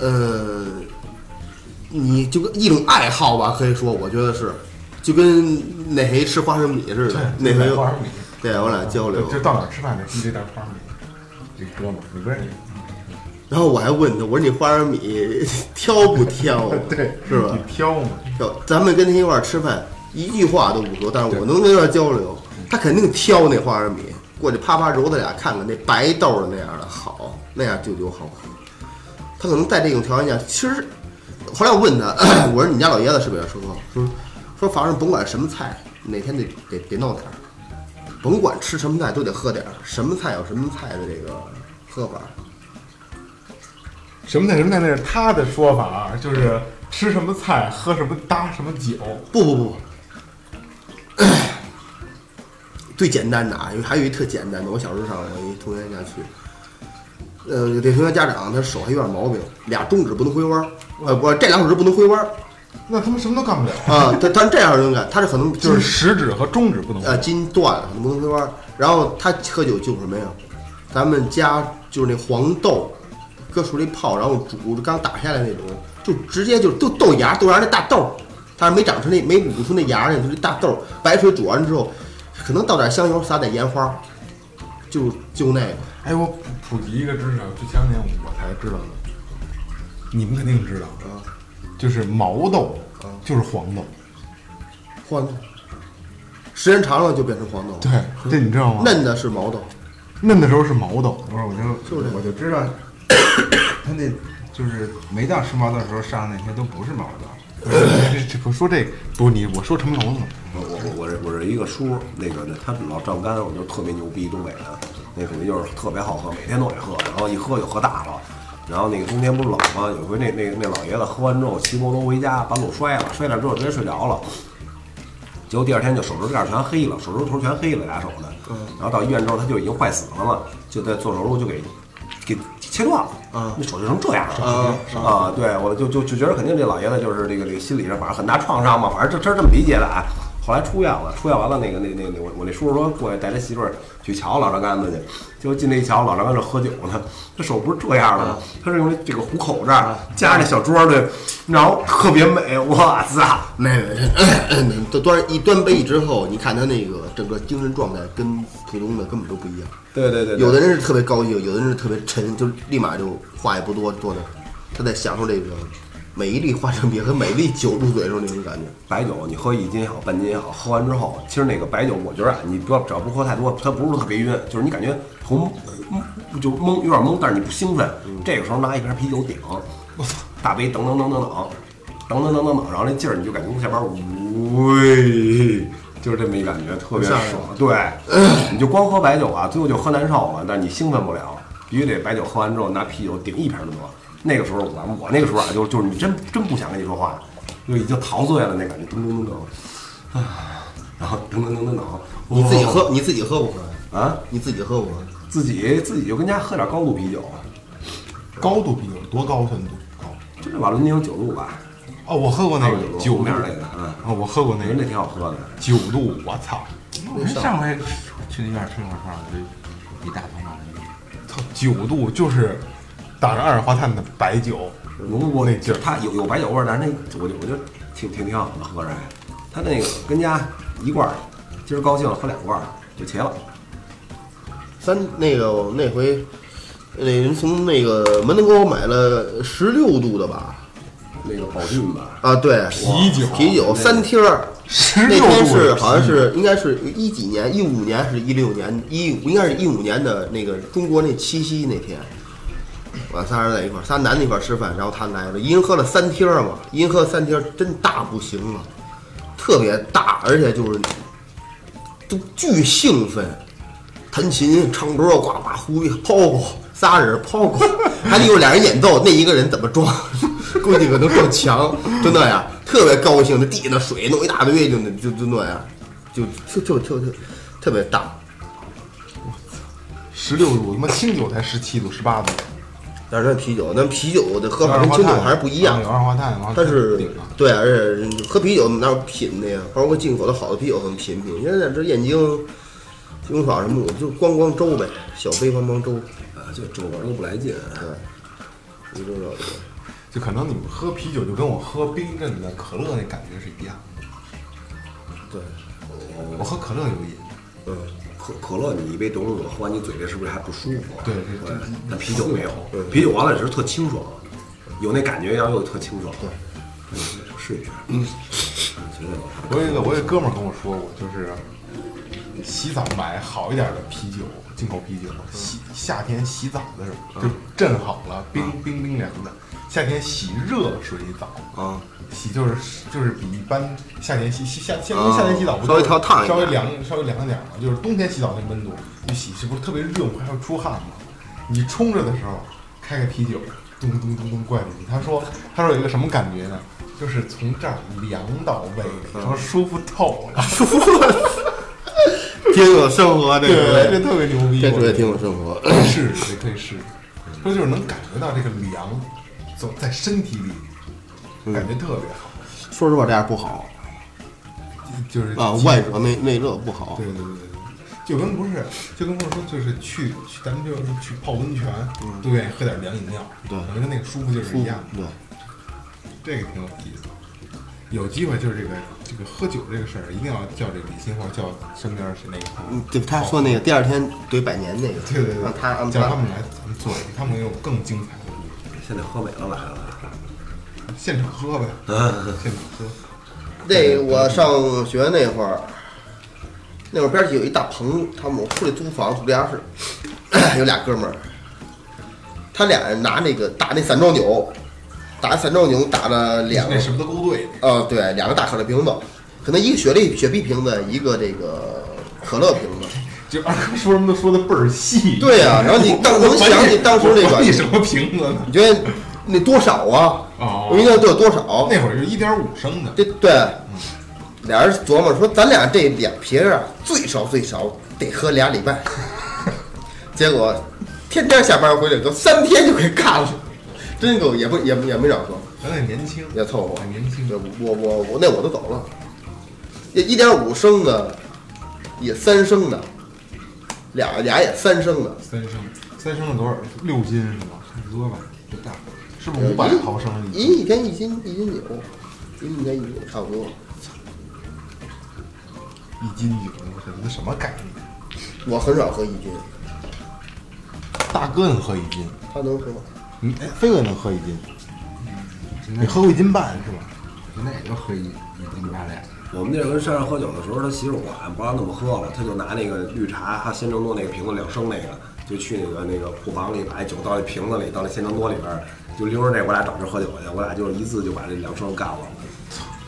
Speaker 3: 呃，你就跟一种爱好吧，可以说我觉得是，就跟哪谁吃花生米似的，那
Speaker 1: 对
Speaker 3: 回
Speaker 1: 买花生米
Speaker 3: 对我俩交流，
Speaker 1: 就到哪儿吃饭得必得带花生米。这哥们儿，你不认识？
Speaker 3: 然后我还问他，我说你花生米 挑不挑？啊
Speaker 1: 对，
Speaker 3: 是吧
Speaker 1: 你？挑嘛，
Speaker 3: 挑。咱们跟他一块儿吃饭，一句话都不说，但是我能跟他交流，他肯定挑那花生米，过去啪啪揉他俩看看那白豆儿的那样的好，那样就酒好喝。他可能在这种条件下，其实后来我问他， 我说你家老爷子是不是也吃喝？说说反正甭管什么菜，哪天得得得弄点儿，甭管吃什么菜都得喝点儿，什么菜有什么菜的这个喝法。
Speaker 1: 什么菜什么菜，那是他的说法啊，就是吃什么菜，喝什么搭什么酒。
Speaker 3: 不不 不，最简单的啊，有还有一特简单的，我小时候上我一同学家去，呃，有这同学家长他手还有点毛病，俩中指不能挥弯儿，呃，不，这俩手指不能挥弯儿
Speaker 1: 那他们什么都干不了，
Speaker 3: 啊，他他这样能干，他是可能
Speaker 1: 就是食指和中指不能。
Speaker 3: 呃筋断了，不能挥弯儿，然后他喝酒就是什么呀？咱们家就是那黄豆，搁水里泡，然后煮，刚打下来那种，就直接就就豆芽，豆芽那大豆儿，它是没长成那没捂出那芽儿来，就是大豆儿。白水煮完之后，可能倒点香油，撒点盐花儿，就就那个。
Speaker 1: 哎，我普普及一个知识，啊，就前两天我才知道的，你们肯定知道。就是毛豆，就是黄豆。
Speaker 3: 换的，时间长了就变成黄豆。
Speaker 1: 对，这你知道吗？
Speaker 3: 嫩的是毛豆，
Speaker 1: 嫩的时候是毛豆，
Speaker 4: 不是，我就
Speaker 3: 就是这样
Speaker 4: 我就知道，他那就是没到时髦的时候上那些都不是毛豆，
Speaker 1: 这这不说这个，不是你，我说成龙了。
Speaker 2: 我我我是我是一个叔，那个他老赵干，我就特别牛逼，东北人，那属于就是特别好喝，每天都得喝，然后一喝就喝大了。然后那个冬天不是冷吗？有回那那那老爷子喝完之后骑摩托回家，把路摔了，摔了之后直接睡着了。结果第二天就手指盖全黑了，手指头全黑了，俩手的。然后到医院之后他就已经坏死了嘛，就在做手术就给给切断了。
Speaker 3: 啊
Speaker 2: 那手就成这样了。
Speaker 3: 啊
Speaker 2: 啊，对，我就就就觉得肯定这老爷子就是这个这个心理上反正很大创伤嘛，反正这这是这么理解的啊。后来出院了，出院完了那个那那那我我那叔叔说过去带他媳妇儿去瞧老张杆子去，结果进那一瞧，老张杆子喝酒呢，他手不是这样的
Speaker 3: 啊
Speaker 2: 吗？他是用这个虎口这儿夹着那小桌对，然后特别美，哇塞！
Speaker 3: 没没，这端一端杯之后，你看他那个整个精神状态跟普通的根本都不一样。
Speaker 2: 对对对，对
Speaker 3: 有的人是特别高兴，有的人是特别沉，就立马就话也不多坐那儿，他在享受这个每一粒花生米和每一粒酒入嘴的时候那种感觉。
Speaker 2: 白酒，你喝一斤也好，半斤也好，喝完之后，其实那个白酒，我觉得啊，你不要只要不喝太多，它不是特别晕，就是你感觉头嗯就懵，有点懵，但是你不兴奋。这个时候拿一瓶啤酒顶，我操，大杯等等等等等，等等等等等，然后那劲儿你就感觉下边儿，喂，就是这么一感觉，特别
Speaker 3: 上
Speaker 2: 爽
Speaker 3: 来了。
Speaker 2: 对，你就光喝白酒啊，最后就喝难受了，但是你兴奋不了，必须得白酒喝完之后拿啤酒顶一瓶儿就得。那个时候我我那个时候啊，就就是你真真不想跟你说话，就已经陶醉了那感觉，噔噔噔噔，啊，然后噔噔噔噔噔，
Speaker 3: 你自己喝，你自己喝不喝？
Speaker 2: 啊，
Speaker 3: 你自己喝不喝？
Speaker 2: 自己自己就跟家喝点高度啤酒，
Speaker 1: 高度啤酒多高算多高？
Speaker 2: 就这瓦伦丁九度吧，
Speaker 1: 哦，我喝过那个
Speaker 2: 高度
Speaker 1: 九度
Speaker 2: 面那个嗯
Speaker 1: 啊，我喝过
Speaker 2: 我
Speaker 1: 那
Speaker 2: 觉得那
Speaker 1: 个
Speaker 2: 挺好喝的。
Speaker 1: 九度，我操，
Speaker 4: 我们上回去那院儿吃块串儿，就一大桶马铃薯。
Speaker 1: 操九度就是打着二氧化碳的白酒，
Speaker 2: 我我
Speaker 1: 那劲儿
Speaker 2: 它有有白酒味儿，但是那我就我就挺挺挺好的喝着还。它那个跟家一罐儿，今儿高兴了喝两罐儿就齐了。
Speaker 3: 三那个那回，那人从那个门头沟买了十六度的吧？
Speaker 2: 那个宝骏吧，
Speaker 3: 啊，对，
Speaker 1: 啤酒
Speaker 3: 啤酒三听儿。
Speaker 1: 十
Speaker 3: 那
Speaker 1: 六
Speaker 3: 天
Speaker 1: 度
Speaker 3: 是
Speaker 1: 的
Speaker 3: 好像
Speaker 1: 啤酒
Speaker 3: 是应该是一几年，一五年还是一六年，一五应该是一五年的那个中国那七夕那天，我仨人在一块儿，仨男的一块儿吃饭，然后他来了，一人喝了三听儿嘛，一人喝了三听儿，真大不行了，特别大，而且就是都巨兴奋，弹琴、唱歌，呱呱呼一抛过，仨人抛过， 还得有俩人演奏，那一个人怎么撞？ 估计可能撞墙，就那样，特别高兴，那地那水弄一大堆，就那就就那样，就就就就就特别大。
Speaker 1: 十六度，他妈清酒才十七度、十八度，
Speaker 3: 但是那啤酒，那啤酒的喝
Speaker 1: 有
Speaker 3: 法
Speaker 1: 二氧
Speaker 3: 跟
Speaker 1: 化
Speaker 3: 清酒
Speaker 1: 碳
Speaker 3: 还是不一样
Speaker 1: 有。二氧化碳，然后
Speaker 3: 但是
Speaker 1: 顶上
Speaker 3: 对，而且人喝啤酒哪有品的呀？包括进口的好的啤酒，很品品。现在这燕京、金龙爽什么的，我就光光粥呗，小杯帮帮粥，
Speaker 2: 啊，就整个人都不来劲。啊
Speaker 3: 你知道吧？
Speaker 1: 就可能你们喝啤酒就跟我喝冰镇的可乐那感觉是一样的。
Speaker 3: 对，
Speaker 1: 我喝可乐有瘾，
Speaker 3: 嗯。
Speaker 2: 可可乐，你一杯懂懂喝完，你嘴里是不是还不舒服？啊
Speaker 1: 对
Speaker 2: 对
Speaker 1: 对对
Speaker 2: 但啤酒没有
Speaker 3: 对，
Speaker 2: 啤酒完了只是特清爽，有那感觉，然后又特清爽。对，试一下。嗯，觉得
Speaker 1: 我有一个我有一哥们儿跟我说过，就是洗澡买好一点的啤酒，进口啤酒，洗夏天洗澡的时候就震好了，冰
Speaker 3: 嗯
Speaker 1: 冰冰凉的。夏天洗热水澡，
Speaker 3: 啊，
Speaker 1: 洗就是就是比一般夏天洗洗夏夏
Speaker 3: 啊
Speaker 1: 夏天洗澡不
Speaker 3: 稍微
Speaker 1: 就是
Speaker 3: 烫烫一
Speaker 1: 稍微
Speaker 3: 点
Speaker 1: 凉稍微凉一点嘛，就是冬天洗澡那温度，你洗是不是特别热，还要出汗嘛？你冲着的时候开个啤酒，咚咚咚咚灌进去。他说他说有一个什么感觉呢？就是从这儿凉到胃里，说舒服透 了。
Speaker 3: 挺有生活，这
Speaker 1: 对，这
Speaker 3: 个
Speaker 1: 特别牛逼，
Speaker 3: 这主也挺
Speaker 1: 我
Speaker 3: 有生活。
Speaker 1: 可以试试，这可以试试。说就是能感觉到这个凉，走在身体
Speaker 3: 嗯
Speaker 1: 里，感觉特别好。
Speaker 3: 说实话，这样不好
Speaker 1: 就就是
Speaker 3: 啊，外热内内热不好
Speaker 1: 对。对对对对，就跟不是，就跟不是说，就是去去咱们就是去泡温泉，都愿意喝点凉饮料，
Speaker 3: 嗯对
Speaker 1: 可能跟那个舒服劲儿是一样的。
Speaker 3: 对，
Speaker 1: 这个挺有意思的。有机会就是这个这个喝酒这个事儿，一定要叫这个李欣或者叫身边儿谁那个朋友
Speaker 3: 嗯，对，他说那个第二天怼百年那个，啊
Speaker 1: 对对对
Speaker 3: 让，他安
Speaker 1: 叫他
Speaker 3: 排
Speaker 1: 们来咱们做一个，他们有更精彩的故事。
Speaker 2: 现在喝美了来了，
Speaker 1: 现场喝呗，
Speaker 3: 嗯
Speaker 1: 现场喝。
Speaker 3: 那我上学那会儿，那会儿边儿有一大棚，他们我出去租房住地下室， 有俩哥们儿，他俩拿那个打那散装酒，打散装酒打了两个
Speaker 1: 那，什么都勾兑，
Speaker 3: 呃，对，两个大可乐瓶子，可能一个雪莉雪碧瓶子，一个这个可乐瓶子。
Speaker 1: 就二哥说什么都说的倍儿细。
Speaker 3: 对啊然后你当能想起当时那个
Speaker 1: 我管你什么瓶子呢？
Speaker 3: 你觉得那多少啊？
Speaker 1: 哦
Speaker 3: 我印象得有多少？
Speaker 1: 那会儿是一点五升的，
Speaker 3: 这对，俩人琢磨说，咱俩这俩瓶儿啊，最少最少得喝俩礼拜。 结果天天下班回来，都三天就给干了，真够也不也也没少喝，
Speaker 1: 咱那年轻，
Speaker 3: 也凑合
Speaker 1: 还。年轻
Speaker 3: 对，我我我那我都走了，也一点五升的，也三升的，俩俩也三升的，
Speaker 1: 三升，三升的多少？六斤是吗？差不多吧，不大，是不是五百毫升呃一斤？
Speaker 3: 一一天一斤一斤酒，一天一斤酒差不多。
Speaker 1: 一斤酒，我操，那什么概念？
Speaker 3: 我很少喝一斤，
Speaker 5: 大哥能喝一斤，
Speaker 3: 他能喝吗？
Speaker 1: 嗯
Speaker 5: 你哎，飞哥能喝一斤，你喝过一斤半是吧？
Speaker 4: 现在也就喝一一斤八两。
Speaker 2: 我们那跟山上喝酒的时候，他媳妇管不让那么喝了，他就拿那个绿茶，他鲜橙多那个瓶子两升那个，就去那个那个库房里把那酒倒那瓶子里，倒那鲜橙多里边儿，就溜着那我俩找地儿喝酒去，我俩就是一次就把这两升干了，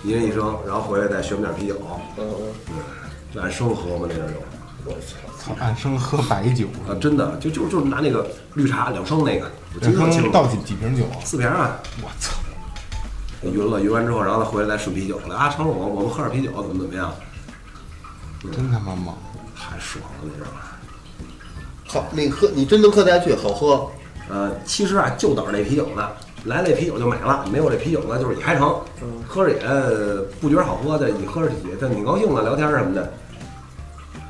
Speaker 2: 一人一升，然后回来再学点啤酒，啊
Speaker 3: 嗯嗯。
Speaker 2: 就按升喝嘛那阵儿就。
Speaker 5: 操，按升喝白酒，
Speaker 2: 啊，真的，就就就是拿那个绿茶两升那个，我记
Speaker 1: 哎
Speaker 5: 两
Speaker 2: 得特清
Speaker 5: 升
Speaker 2: 楚
Speaker 5: 倒几几瓶酒啊？
Speaker 2: 四瓶啊，
Speaker 5: 我操，
Speaker 2: 匀了，匀完之后，然后他回来再顺啤酒了。啊，成，我我们喝点啤酒，怎么怎么样？
Speaker 5: 真他妈猛！
Speaker 2: 太爽了那阵儿。
Speaker 3: 好，那喝你真能喝得下去，好喝。
Speaker 2: 呃，其实啊，就等着这啤酒呢，来这啤酒就买了，没有这啤酒呢，就是也还成，喝着也不觉得好喝的，你喝着也但挺高兴的，啊聊天什么的。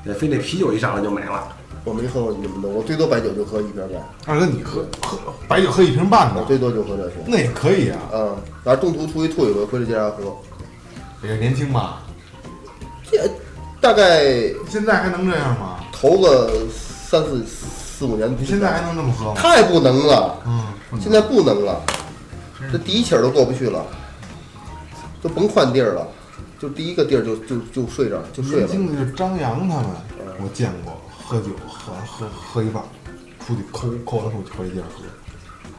Speaker 2: 也非这啤酒一上来就没了，
Speaker 3: 我没喝过你们的，我最多白酒就喝一瓶半，
Speaker 1: 二哥，你喝喝白酒喝一瓶半
Speaker 3: 我
Speaker 1: 的，
Speaker 3: 最多就喝这些。
Speaker 1: 那也可以啊，
Speaker 3: 嗯，然后中途出去吐一回，回来接着喝。
Speaker 1: 也是年轻吧。
Speaker 3: 这大概
Speaker 1: 现在还能这样吗？
Speaker 3: 头个三四四五年，
Speaker 1: 你现在还能这么喝吗？
Speaker 3: 太不能了，
Speaker 1: 嗯，
Speaker 3: 现在不能了，这第一起儿都过不去了，就甭换地儿了，就第一个地儿就就就睡这儿就睡
Speaker 1: 年
Speaker 3: 了。
Speaker 1: 轻的就是张扬他们，我见过喝酒喝喝喝一半，出去抠抠完出去回来接着喝，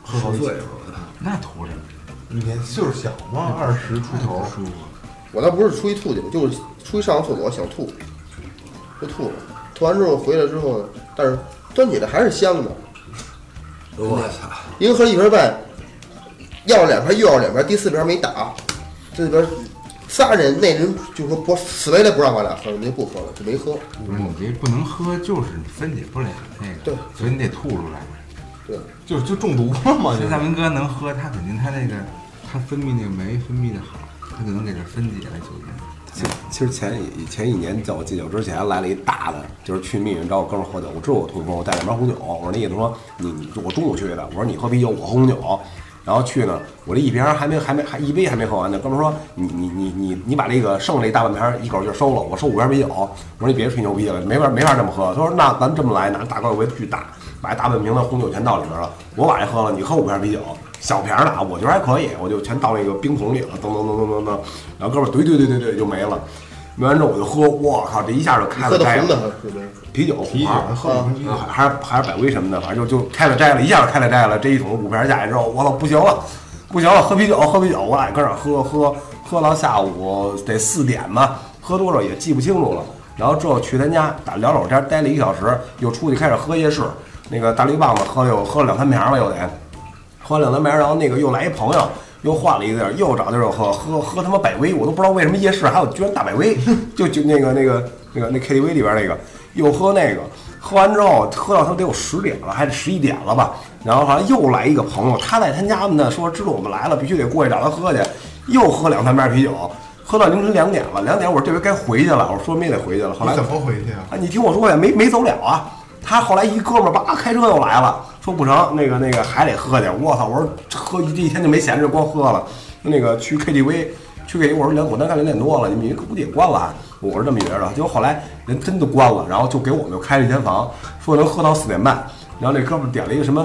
Speaker 1: 喝
Speaker 2: 好
Speaker 1: 好几
Speaker 2: 醉啊
Speaker 1: 次。
Speaker 4: 那图什么？
Speaker 1: 你年岁数小嘛，
Speaker 5: 哎
Speaker 1: 二十出头，
Speaker 4: 舒服。
Speaker 3: 我倒不是出去吐去，就是出去上个厕所想吐，就吐了。吐完之后回来之后，但是端起来还是香的。
Speaker 2: 我操！
Speaker 3: 一个盒一瓶半，要了两瓶又要两瓶，第四瓶没打，这里边仨人，那人就说不死赖赖不让我俩喝，我们就不喝了，就没喝。
Speaker 4: 不是你这不能喝，就是你分解不了那个，
Speaker 3: 对，
Speaker 4: 所以你得吐出来。
Speaker 3: 对，
Speaker 1: 就就中毒了嘛，就
Speaker 4: 所以大
Speaker 1: 是
Speaker 4: 明哥能喝，他肯定他那个他分泌那个酶分泌的好，他可能给它分解了酒精。
Speaker 2: 其其实前一前一年在我戒酒之前来了一大的，就是去密云找我哥们儿喝酒，我知道我痛风，我带两瓶红酒，我说那意思说你你我中午去的，我说你喝啤酒，我喝红酒，然后去呢，我这一瓶儿还没还没还一杯还没喝完呢，哥们儿说你你你你你把这个剩这大半瓶儿一口气儿收了，我收五瓶啤酒，我说你别吹牛逼了，没法没法这么喝，他说那咱这么来，拿大高杯巨大，把一大半瓶的红酒全倒里边了，我把这喝了，你喝五瓶啤酒，小瓶儿的啊，我觉得还可以，我就全倒那个冰桶里了，噔噔噔噔噔噔，然后哥们儿怼怼怼怼怼就没了，没完之后我就喝，我靠，这一下就开了
Speaker 3: 喝的
Speaker 2: 斋
Speaker 3: 红的
Speaker 2: 了，
Speaker 3: 还是没喝。
Speaker 2: 啤酒
Speaker 1: 啤酒
Speaker 2: 红牌
Speaker 1: 喝一瓶啤酒
Speaker 2: 啊，还是还是百威什么的，反正就就开了斋了，一下就开了斋了。这一桶五瓶下去之后，我操，不行了，不行了，喝啤酒，喝啤酒，我俩搁那儿喝喝喝到下午得四点吧，喝多少也记不清楚了。然后之后去他家打聊会儿天，待了一个小时，又出去开始喝夜市，那个大绿棒子喝了有喝了两三瓶了，又得。喝两三杯，然后那个又来一朋友，又换了一个地儿，又找地儿喝，喝喝他妈百威，我都不知道为什么夜市还有居然大百威， 就就那个那个那个那 KTV 里边那个，又喝那个，喝完之后喝到他妈得有十点了，还是十一点了吧，然后好像又来一个朋友，他在他家呢，说知道我们来了，必须得过去找他喝去，又喝两三杯啤酒。喝到凌晨两点了，两点我说这回该回去了，我说没得回去了。后来
Speaker 1: 你怎么回去啊？
Speaker 2: 啊，你听我说呀，没没走了啊。他后来一哥们儿叭开车又来了，说不成，那个那个还得喝去。我操！我说喝这一天就没闲着，光喝了。那个去 KTV，去 KTV，我说两口单干两点多了，你们估计也关了啊。我是这么觉着。结果后来人真的关了，然后就给我们又开了一间房，说能喝到四点半。然后那哥们儿点了一个什么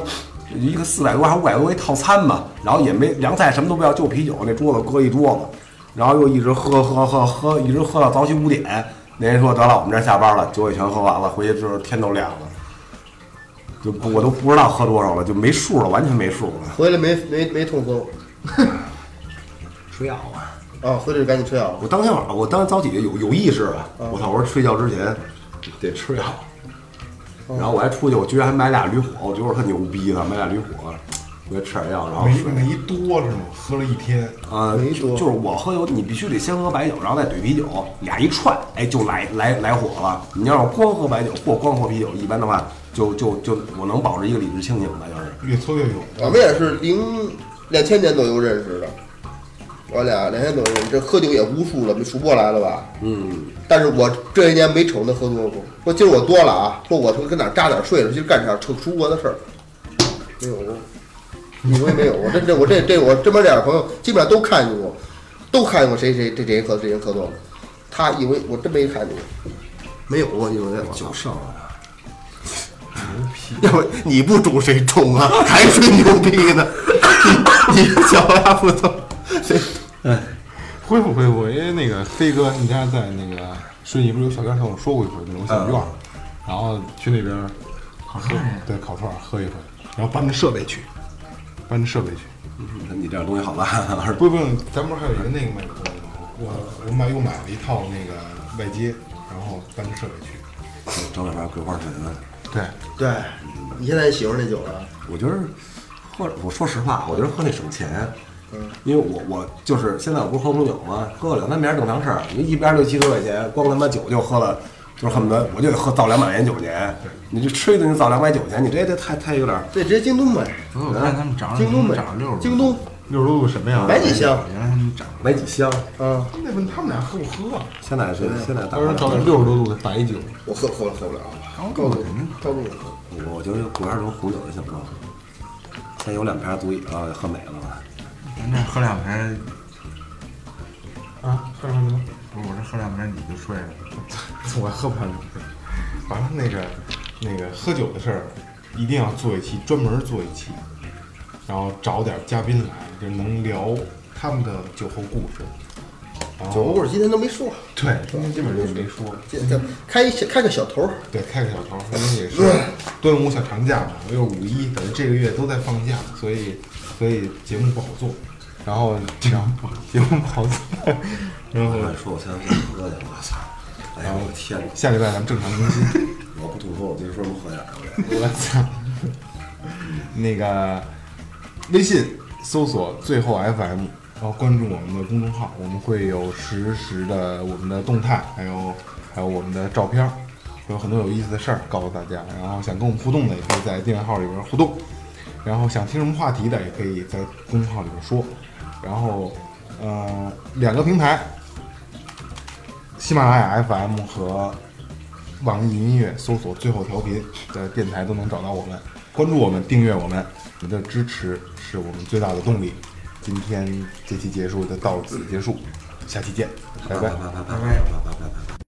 Speaker 2: 一个四百多还五百多一套餐吧，然后也没凉菜什么都不要，就啤酒，那桌子搁一桌子，然后又一直喝喝喝喝，一直喝到早起五点。那人说得了，我们这儿下班了，酒也全喝完了，回去就是天都亮了，就不我都不知道喝多少了，就没数了，完全没数了。
Speaker 3: 回来没没没痛风
Speaker 4: 吃药啊，
Speaker 3: 啊，回来就赶紧吃药了。
Speaker 2: 我当天晚上，我当时早起就有有意识了，我操！我说睡觉之前得吃药，然后我还出去，我居然还买俩驴火，我觉得我特牛逼的，买俩驴火，我就吃点药，然后
Speaker 5: 没
Speaker 2: 睡。
Speaker 5: 没多是吗？喝了一天，
Speaker 2: 呃，
Speaker 3: 没
Speaker 2: 就
Speaker 3: 多
Speaker 2: 就是我喝酒，你必须得先喝白酒，然后再怼啤酒，俩一串，哎，就来来来火了。你要是光喝白酒或光喝啤酒，一般的话，就就就我能保持一个理智清醒吧，就是。
Speaker 5: 越搓越勇。
Speaker 3: 我们也是零两千年左右认识的，我俩两千左右认识，这喝酒也无数了，没数不过来了吧？
Speaker 2: 嗯，
Speaker 3: 但是我这些年没瞅他喝多过，说今儿我多了啊，说我他妈跟哪儿扎哪儿睡了，今儿干场扯出国的事儿，没有过，你我也没有过，这这我这这我这边两个朋友基本上都看见过，都看见过谁谁这这人喝这人喝多了，他以为我真没看见过，没有啊过，你说这
Speaker 2: 酒剩了，
Speaker 3: 要不你不中谁中啊？还吹牛逼呢？ 你你小丫不走，谁
Speaker 5: 恢复恢复，因为那个飞哥，你家在那个顺义不是有小院儿，像我说过一回那种小
Speaker 1: 啊
Speaker 5: 院儿，然后去那边儿烤串，对烤串儿喝一回，然后搬着设备去，搬着设备去。
Speaker 2: 嗯你这点东西好烂， 二
Speaker 5: 不不，咱不是还有一个那个麦克风吗？我我买又买了一套那个外接，然后搬着设备去。
Speaker 2: 整两瓶桂花啊神。
Speaker 5: 对，
Speaker 3: 对，你现在喜欢这酒了？
Speaker 2: 我觉得喝，我说实话，我觉得喝那省钱。因为我我就是现在我不是喝红酒吗？喝两三瓶儿正常事儿，你一边儿六七十块钱，光他妈酒就喝了，就是恨不得我就得喝造两百块钱酒钱，你就吃一顿就造两百酒钱，你这这太太有点儿。
Speaker 3: 这直接京东买，
Speaker 4: 所以我看他啊们涨了，
Speaker 3: 京东买
Speaker 4: 涨了六十，，啊
Speaker 5: 六十多度什么样？
Speaker 3: 买几箱
Speaker 4: 原来他们涨了。
Speaker 2: 买几箱？
Speaker 3: 啊！
Speaker 5: 那问他们俩喝不喝啊？
Speaker 2: 现在是现在大
Speaker 5: 到时候找点六十多度的白酒，
Speaker 3: 我喝喝喝不了，高度高度
Speaker 2: 我我觉得果然是红酒就行了，现在有两瓶儿足以了，喝美了。
Speaker 4: 咱这喝两瓶，
Speaker 5: 啊，喝什么呢？
Speaker 4: 不是我这喝两瓶你就睡了。
Speaker 5: 我喝不上酒。完了，那个那个喝酒的事儿，一定要做一期，专门做一期，然后找点嘉宾来，就能聊他们的酒后故事。然
Speaker 3: 酒
Speaker 5: 后
Speaker 3: 后故事今天都没说，
Speaker 5: 对，今天基本就没说，
Speaker 3: 今天开一小开个小头儿，
Speaker 5: 对，开个小头，因为也 是端午小长假嘛，又是五一，等于这个月都在放假，所以所以节目不好做，然后这样 节目不好做，然后
Speaker 2: 我跟你说，我现在想喝去，我操！哎呀，我的天哪！
Speaker 5: 下礼拜咱们正常更新。
Speaker 2: 我不吐风，我今儿说不喝点儿我 这。
Speaker 5: 我操！那个微信搜索“最后 FM”，然后关注我们的公众号，我们会有实时的我们的动态，还有还有我们的照片儿，有很多有意思的事儿告诉大家。然后想跟我们互动的，也可以在订阅号里边互动；然后想听什么话题的，也可以在公众号里边说。然后，呃，两个平台，喜马拉雅 FM 和网易云音乐搜索“最后调频”的电台都能找到我们，关注我们，订阅我们，你的支持是我们最大的动力。今天这期结束就到此结束，下期见，拜拜。
Speaker 2: 啪啪啪啪啪啪啪啪啪啪。